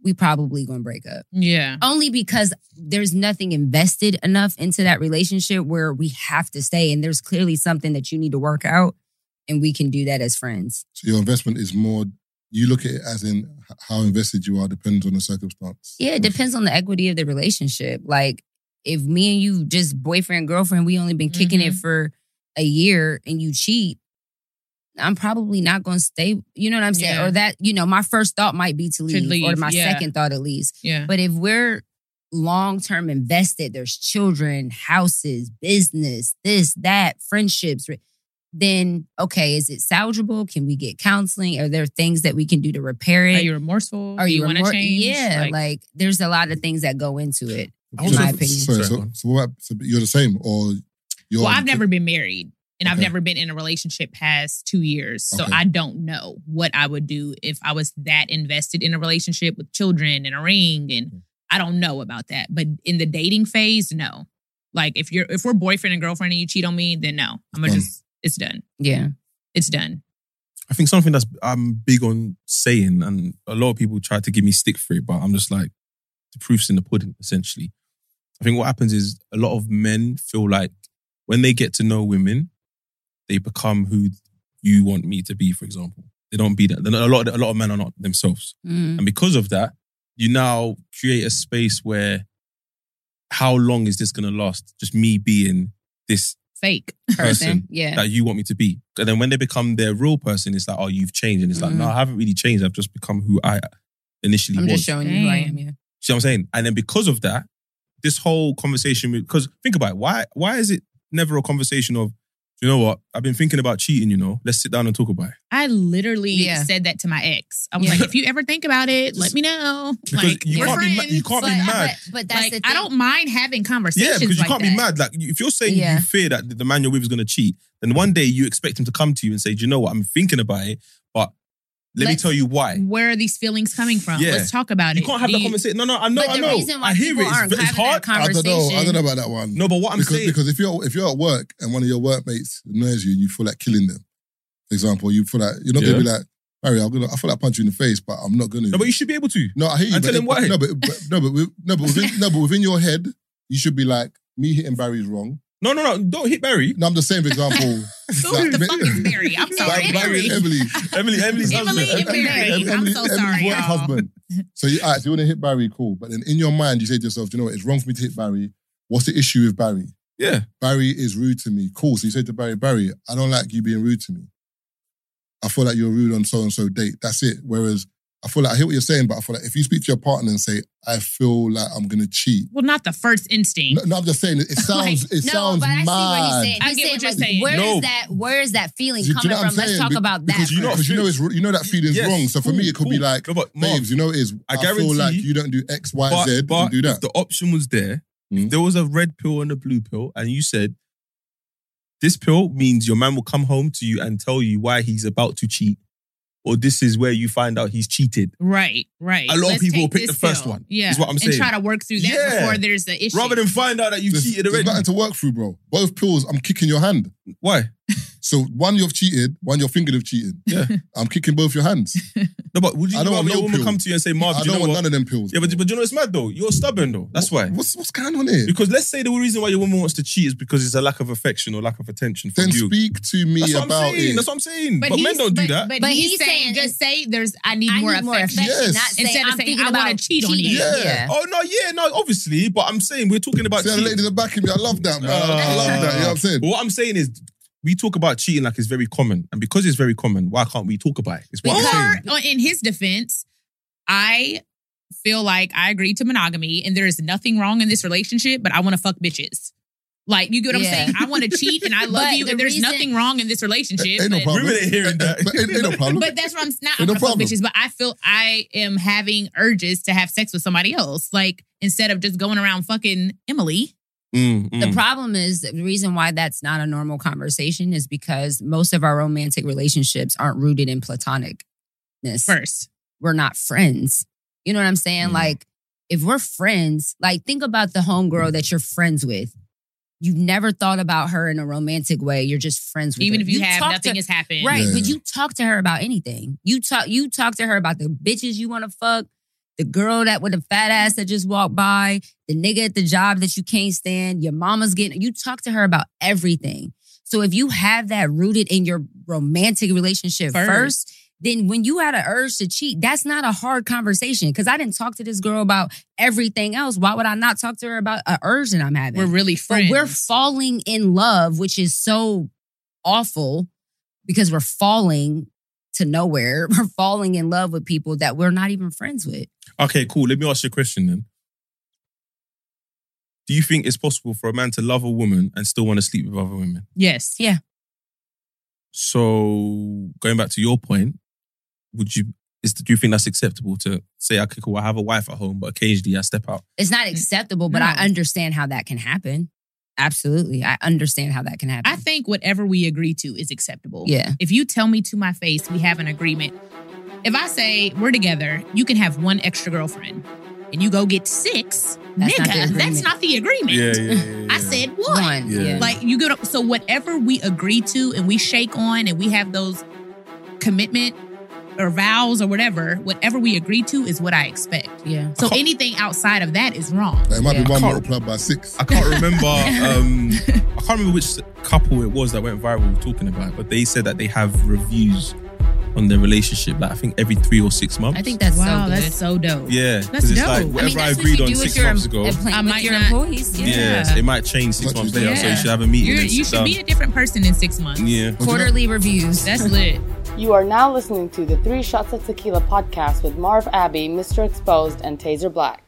S7: we probably gonna break up.
S5: Yeah.
S7: Only because there's nothing invested enough into that relationship where we have to stay and there's clearly something that you need to work out and we can do that as friends.
S4: So your investment is more. You look at it as in h- how invested you are depends on the circumstance.
S7: Yeah, it depends on the equity of the relationship. Like if me and you just boyfriend girlfriend, we only been kicking
S5: Mm-hmm.
S7: it for a year, and you cheat. I'm probably not going to stay. You know what I'm saying?
S5: Yeah.
S7: Or that you know, my first thought might be to leave, or
S5: leave,
S7: my
S5: yeah.
S7: second thought at least.
S5: Yeah.
S7: But if we're long term invested, there's children, houses, business, this, that, friendships. re- Then okay, is it salvageable? Can we get counseling? Are there things that we can do to repair it?
S5: Are you remorseful? Do
S7: Are Mm-hmm. you,
S5: you want to
S7: remor-
S5: change?
S7: Yeah, like, there's a lot of things that go into it. in
S4: So-
S7: my opinion.
S4: Sorry,
S6: Sorry, go
S4: so,
S6: on.
S4: so, what, about- so you're the same or you're.
S5: well, I've never been married and I've
S4: Okay.
S5: never been in a relationship past two years. So
S4: Okay.
S5: I don't know what I would do if I was that invested in a relationship with children and a ring.
S4: Mm.
S5: And I don't know about that. But in the dating phase, no. Like if you're if we're boyfriend and girlfriend and you cheat on me, then no. I'm gonna
S4: Done.
S5: just it's done.
S7: Yeah.
S5: It's done.
S6: I think something that's I'm big on saying, and a lot of people try to give me stick for it, but I'm just like, the proof's in the pudding, essentially. I think what happens is a lot of men feel like when they get to know women, they become who you want me to be, for example. They don't be that. they're not- A lot, a lot of men are not
S7: Mm.
S6: themselves. And because of that, you now create a space where how long is this gonna last? Just me being this
S5: Fake
S6: Person.
S5: person. Yeah.
S6: that you want me to be. And then when they become their real person, it's like, oh, you've changed. And it's like,
S7: Mhm.
S6: no, I haven't really changed. I've just become who I initially
S7: I'm
S6: was.
S7: just showing you who I am.
S5: Damn.
S7: Yeah.
S6: See what I'm saying? And then because of that, this whole conversation because think about it, why why is it never a conversation of, you know what, I've been thinking about cheating, you know, let's sit down and talk about it.
S5: I literally
S7: Yeah.
S5: said that to my ex. I was
S7: Yeah.
S5: like, if you ever think about
S6: *laughs*
S5: it, let me know.
S6: Because
S5: like,
S6: you
S5: we're
S6: can't be ma-
S5: friends.
S6: you can't be
S7: But-
S6: mad.
S7: But, but that's
S5: like,
S7: the thing.
S5: I don't mind having conversations.
S6: Yeah, because you
S5: like
S6: can't
S5: that.
S6: be mad. Like if you're saying
S7: Yeah.
S6: you fear that the man you're with is gonna cheat, then one day you expect him to come to you and say, Do you know what, I'm thinking about it, but let me
S5: Let's-
S6: tell you why.
S5: Where are these feelings coming from?
S6: Yeah.
S5: Let's talk about
S6: You
S5: it.
S6: can't have
S5: Do
S6: that
S5: you-
S6: conversation. No, no, I know,
S7: But
S6: I
S7: the
S6: know.
S7: reason why
S6: I hear
S7: people
S6: it.
S7: aren't
S6: It's, it's
S7: having
S6: hard.
S7: that
S4: I don't know. I
S7: Conversation.
S4: don't know about that one.
S6: No, but what I'm
S4: because,
S6: saying,
S4: because if you're if you're at work and one of your workmates annoys you and you feel like killing them, for example, you feel like you're not gonna be like Barry. I'm gonna I feel like punch you in the face, but I'm not gonna.
S6: no, but you should be able to.
S4: No, I hear you.
S6: And
S4: but
S6: tell him
S4: but-
S6: why.
S4: No, but, but no, but with- no, but within, no, but within your head, you should be like, me hitting Barry's wrong.
S6: No, no, no, don't hit Barry.
S4: No, I'm the same. For example,
S5: Who the fuck is Barry?
S6: *laughs*
S5: I'm
S4: Barry,
S5: sorry.
S4: Barry and
S5: Emily.
S4: Emily.
S7: *laughs*
S6: Emily, Emily's
S5: Emily
S6: husband.
S5: and Barry. I'm so
S4: Emily's
S5: sorry,
S4: work
S5: y'all.
S4: husband. So you, all right, so you want to hit Barry, cool. But then in your mind, you say to yourself, "Do you know what? It's wrong for me to hit Barry. What's the issue with Barry?
S6: Yeah.
S4: Barry is rude to me. Cool. So you say to Barry, Barry, I don't like you being rude to me. I feel like you're rude on so and so date. That's it. Whereas I feel like I hear what you're saying, but I feel like if you speak to your partner and say, I feel like I'm gonna cheat.
S5: Well, not the first instinct.
S4: No, no, I'm just saying
S7: *laughs*
S4: it, it sounds it
S7: no,
S4: sounds
S7: but I see what
S4: mad.
S7: he's saying.
S5: I
S7: He's
S5: get what you're
S7: like,
S5: saying.
S7: Where is
S6: No.
S7: that? Where is that feeling
S4: Do you- do you
S7: coming
S4: know what
S7: from?
S4: I'm
S7: Let's
S4: saying?
S7: talk
S4: Be-
S7: about that.
S6: because you know-
S7: first.
S4: Because you know it's you know that feeling's
S6: Yes,
S4: wrong. So for
S6: cool,
S4: me, it could be
S6: cool.
S4: like,
S6: No, but Marv,
S4: babes, you know it is.
S6: I
S4: I, feel
S6: guarantee-
S4: like you don't do X, Y,
S6: but,
S4: Z,
S6: but
S4: and do
S6: if
S4: that.
S6: the option was there,
S4: Mm.
S6: if there was a red pill and a blue pill, and you said, this pill means your man will come home to you and tell you why he's about to cheat, or this is where you find out he's cheated.
S5: Right, right.
S6: A lot of
S5: Let's
S6: people will
S5: take
S6: pick the
S5: this
S6: first
S5: pill.
S6: one,
S5: Yeah.
S6: is what I'm saying.
S5: And try to work through that
S6: Yeah.
S5: before there's the issue.
S6: Rather than find out that you
S4: There's-
S6: cheated
S4: there's
S6: already.
S4: nothing to work through, bro. Both pills, I'm kicking your hand.
S6: Why?
S4: So one you've cheated, one you're fingered of cheating.
S6: Yeah.
S4: *laughs* I'm kicking both your
S6: *laughs*
S4: hands.
S6: No, but would you
S4: I don't
S6: rather
S4: want
S6: your
S4: no
S6: woman
S4: pill.
S6: come to you and say, Marv,
S4: I
S6: do you
S4: don't
S6: know
S4: want
S6: what?
S4: none of them pills.
S6: Yeah, but,
S4: bro.
S6: but you know it's mad though. You're stubborn though. That's why.
S4: What's what's going on here?
S6: Because let's say the reason why your woman wants to cheat is because it's a lack of affection or lack of attention from
S4: Then
S6: you.
S4: speak to me
S6: That's what I'm
S4: about
S6: saying.
S4: it.
S6: That's what I'm saying. But,
S5: he's-
S6: men don't do that.
S5: But,
S7: But
S5: he's,
S7: he's
S5: saying,
S7: saying-
S5: just say there's. I need
S7: I
S5: more
S7: need more
S5: affection.
S7: affection,
S4: Yes.
S7: not saying
S5: Instead of
S7: I'm
S5: saying,
S7: thinking
S5: I wanna
S7: about
S5: cheat on you.
S7: cheating.
S4: Yeah.
S7: yeah.
S6: Oh no, yeah, no, obviously. But I'm saying we're talking about Ah.
S4: See how the
S6: cheating. Oh.
S4: ladies are backing me. I love that, man. *laughs* I love that. You know what I'm saying?
S6: But what I'm saying is we talk about cheating like it's very common. And because it's very common, why can't we talk about it? It's what I'm saying.
S5: Or or in his defense, I feel like I agreed to monogamy and there is nothing wrong in this relationship, but I want to fuck bitches. Like you get what
S7: Yeah.
S5: I'm saying? I want to cheat
S7: *laughs*
S5: and I love
S7: But
S5: you,
S7: the
S5: and there's
S7: reason-
S5: nothing wrong in this relationship.
S4: Ain't no
S5: but-
S4: problem.
S6: Women ain't hearing that.
S4: But ain't, ain't no problem.
S5: *laughs* But that's what I'm not. I
S4: Ain't no
S5: wanna fuck
S4: problem.
S5: bitches, but I feel I am having urges to have sex with somebody else. Like instead of just going around fucking Emily.
S6: Mm,
S7: The
S6: mm.
S7: problem is the reason why that's not a normal conversation is because most of our romantic relationships aren't rooted in platonicness.
S5: first.
S7: We're not friends. You know what I'm saying?
S5: Mm-hmm.
S6: Mhm.
S7: Like if we're friends, like think about the homegirl that you're friends with. You've never thought about her in a romantic way. You're just friends with
S5: Even
S7: her.
S5: if you, have
S7: talk
S5: nothing
S7: to,
S5: has happened.
S7: Right,
S4: Yeah.
S7: but you talk to her about anything. You talk you talk to her about the bitches you want to fuck, the girl that with the fat ass that just walked by, the nigga at the job that you can't stand, your mama's getting you talk to her about everything. So if you have that rooted in your romantic relationship
S5: First.
S7: first, then when you had an urge to cheat, that's not a hard conversation. Cause I didn't talk to this girl about everything else. Why would I not talk to her about an urge that I'm having?
S5: We're really
S7: But
S5: friends.
S7: we're falling in love, which is so awful because we're falling to nowhere. *laughs* We're falling in love with people that we're not even friends with.
S6: Okay, cool. Let me ask you a question then. Do you think it's possible for a man to love a woman and still want to sleep with other women?
S5: yes.
S7: Yeah.
S6: So going back to your point, would you is do you think that's acceptable to say okay cool I have a wife at home but occasionally I step out?
S7: It's not acceptable, but
S5: No.
S7: I understand how that can happen. Absolutely. I understand how that can happen.
S5: I think whatever we agree to is acceptable.
S7: Yeah.
S5: If you tell me to my face we have an agreement, if I say we're together, you can have one extra girlfriend and you go get six,
S7: That's not the
S5: nigga, that's
S7: agreement.
S5: not the agreement. I said one.
S7: One.
S6: Yeah.
S7: Yeah.
S5: Like you get so whatever we agree to and we shake on and we have those commitment or vows or whatever, whatever we agree to is what I expect.
S7: yeah.
S5: So anything outside of that is wrong.
S4: Like, it might
S7: Yeah.
S4: be one
S6: Can't-
S4: more club by six.
S6: I can't remember. um, I can't remember which couple it was that went viral talking about, it, but they said that they have reviews on their relationship. Like I think every three or six months.
S7: I think that's
S5: wow,
S7: so good.
S5: that's so dope.
S6: yeah,
S5: That's
S6: because it's
S5: dope. I
S6: like
S5: mean,
S6: whatever I,
S7: that's what
S6: agreed
S7: you
S6: on
S7: do with
S6: six
S7: your
S6: months
S7: em-
S6: ago.
S7: employ-
S5: I
S7: with
S5: might
S7: your
S5: not-
S7: employees. Yeah.
S6: Yes, it might change six
S4: Like
S6: months
S4: you
S6: later,
S4: said.
S6: so you should have a meeting.
S5: You're,
S6: and
S5: you
S6: sit
S5: should be
S6: down.
S5: a different person in six months.
S6: Yeah,
S7: Quarterly reviews.
S5: That's lit.
S3: You are now listening to the Three Shots of Tequila podcast with Marv Abbey, Mr. Exposed, and Taser Black.